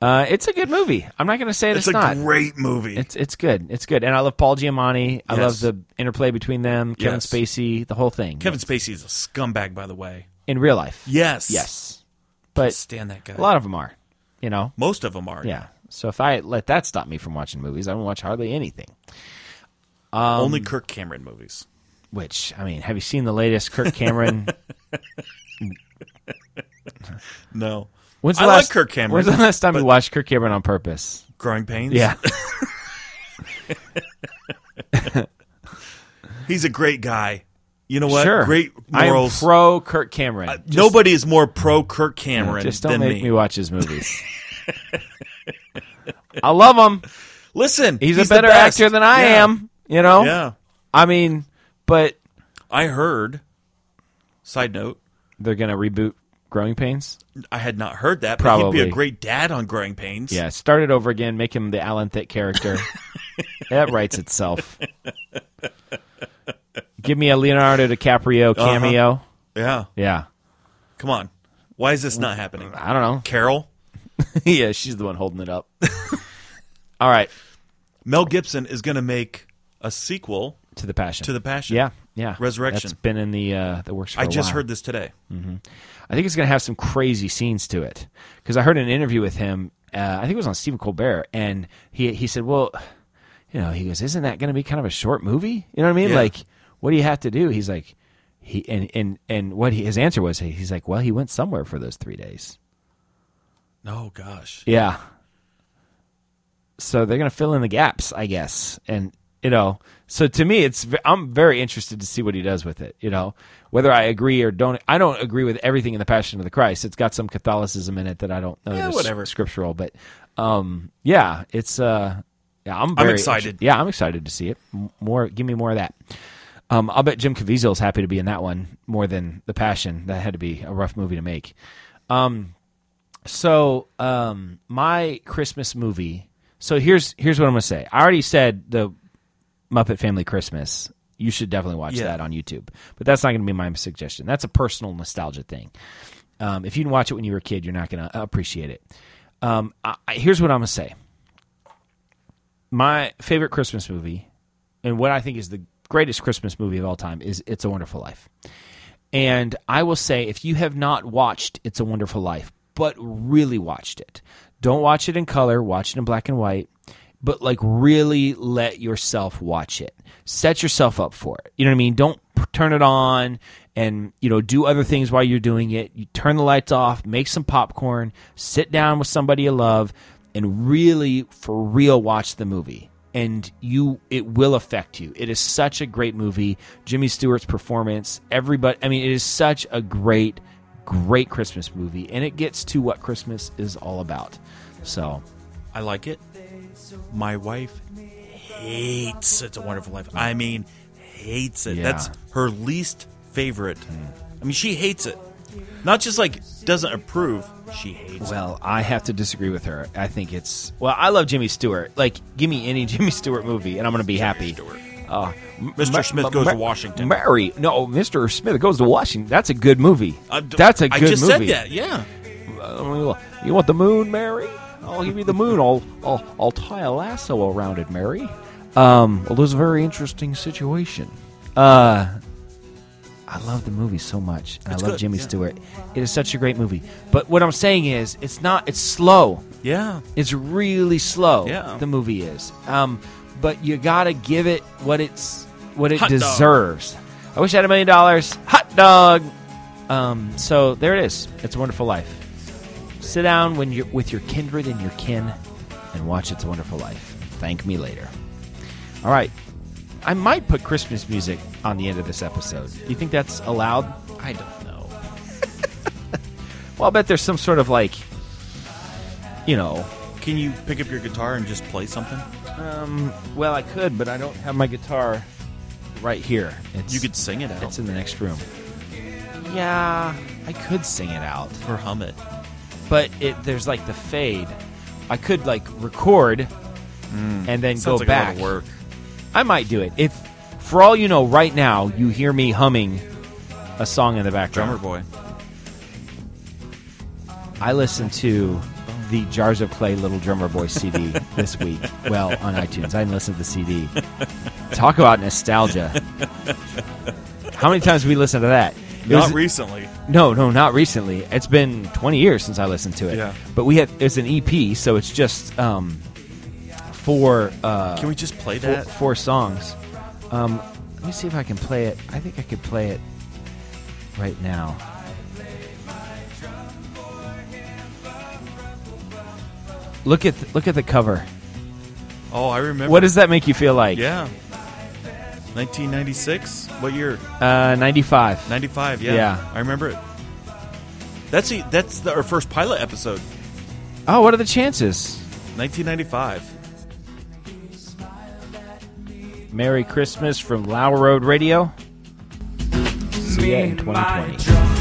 uh, it's a good movie. I'm not going to say it, it's it's, a not. great movie. It's it's good. It's good, and I love Paul Giamatti. I love Yes. the interplay between them. Kevin Yes. Spacey, the whole thing. Kevin Spacey is a scumbag, by the way. in real life. Yes. Yes. But Stand that guy. A lot of them are, you know. Most of them are. Yeah. So if I let that stop me from watching movies, I don't watch hardly anything. Um, Only Kirk Cameron movies. Which I mean, have you seen the latest *laughs* Kirk Cameron? No. When's I the like last, Kirk Cameron, When's the last time you but- watched Kirk Cameron on purpose? Growing Pains? Yeah, He's a great guy. You know *laughs* what? sure. Great I'm morals. Uh, pro Kirk Cameron. Just- Nobody is more pro Kirk Cameron Just than don't make me. me. watch his *laughs* movies. I love him. Listen, He's, a the better best. actor than I Yeah. am. You know. Yeah. I mean, but I heard, side note, they're gonna reboot Growing Pains. I had not heard that. But he'd be Probably. a great dad on Growing Pains. Yeah, start it over again. Make him the Alan Thick character. that writes itself. Give me a Leonardo DiCaprio cameo. yeah. Yeah, Come on. Why is this not happening? I don't *laughs* know. Carol. yeah, she's the one holding it up. *laughs* All right, Mel Gibson is going to make a sequel to the passion. to The Passion. yeah, yeah, Resurrection. That's been in the uh, the works. For I a just while. heard this today. I think it's going to have some crazy scenes to it because I heard an interview with him. Uh, I think it was on Stephen Colbert, and he he said, "Well, you know," he goes, "Isn't that going to be kind of a short movie? You know what I mean? Yeah. Like, what do you have to do?" He's like, he and and and what he, his answer was, he- he's like, "Well, he went somewhere for those three days." Oh gosh. Yeah. So they're going to fill in the gaps, I guess, and you know. So to me, it's v- I'm very interested to see what he does with it. You know, whether I agree or don't. I don't agree with everything in the Passion of the Christ. It's got some Catholicism in it that I don't know. that is whatever. Scriptural, but um, yeah, it's uh, yeah, I'm very excited. inter- yeah, I'm excited to see it. M- More, give me more of that. Um, I'll bet Jim Caviezel's happy to be in that one more than the Passion. That had to be a rough movie to make. Um, So, um, my Christmas movie. So here's here's what I'm gonna say. I already said the Muppet Family Christmas. You should definitely watch Yeah. that on YouTube. But that's not gonna be my suggestion. That's a personal nostalgia thing. Um, if you didn't watch it when you were a kid, you're not gonna appreciate it. Um, I, I- here's what I'm gonna say. My favorite Christmas movie, and what I think is the greatest Christmas movie of all time, is "It's a Wonderful Life." And I will say, if you have not watched It's a Wonderful Life, but really watched it, don't watch it in color, watch it in black and white, but like really let yourself watch it. Set yourself up for it. You know what I mean? Don't p- turn it on and, you know, do other things while you're doing it. You turn the lights off, make some popcorn, sit down with somebody you love, and really, for real, watch the movie and you it will affect you. It is such a great movie. Jimmy Stewart's performance, everybody I mean it is such a great great Christmas movie and it gets to what Christmas is all about. So, I like it. My wife hates It's a Wonderful Life. I mean, hates it. Yeah. Hmm. That's her least favorite. I mean, she hates it. Not just like doesn't approve, she hates it. well, I have to disagree with her. I think it's well, I love Jimmy Stewart. Like give me any *laughs* Jimmy Stewart movie and I'm going to be happy. Uh, Mr. Smith Goes to Washington. Mary, no, Mr. Smith goes to Washington. That's a good movie. I- That's a good I just movie. said that, yeah. Uh, You want the moon, Mary? I'll give you the moon. I'll I'll, I'll tie a lasso around it, Mary. Um, well, there's a very interesting situation. Uh, I love the movie so much, and I love good, Jimmy yeah. Stewart. It is such a great movie. But what I'm saying is, it's not. It's slow. Yeah. It's really slow. Yeah. the movie is. Um, but you gotta give it what it's what it Hot dog. deserves. I wish I had a million dollars. Hot dog. Um, so there it is. It's a Wonderful Life. Sit down when you're with your kindred and your kin, and watch It's a Wonderful Life. Thank me later. All right. I might put Christmas music on the end of this episode. Do you think that's allowed? I don't know. Well, I'll bet there's some sort of like, you know, Can you pick up your guitar and just play something? Well, I could, but I don't have my guitar right here. It's, You could sing it out It's in the next room. Yeah, I could sing it out, or hum it. but it there's like the fade. I could like record and then go Hmm. Sounds like back. a lot of work. I might do it if, for all you know, right now you hear me humming a song in the background. Drummer boy. I listened to the Jars of Clay Little Drummer Boy CD this week. Well, on iTunes. I didn't listen to the CD. Talk about nostalgia. How many times have we listened to that? It Not was- recently. no, no, not recently. It's been 20 years since I listened to it. Yeah. But we had it's an EP, so it's just um, four uh, Can we just play four, that? four songs. Um, let me see if I can play it. I think I could play it right now. Look at the, look at the cover. Oh, I remember. What does that make you feel like? Yeah. 1996? What year? Uh, 95. 95, yeah. Yeah. I remember it. That's the, that's the, our first pilot episode, Oh, what are the chances? 1995. Merry Christmas from Lower Road Radio. See ya in 2020.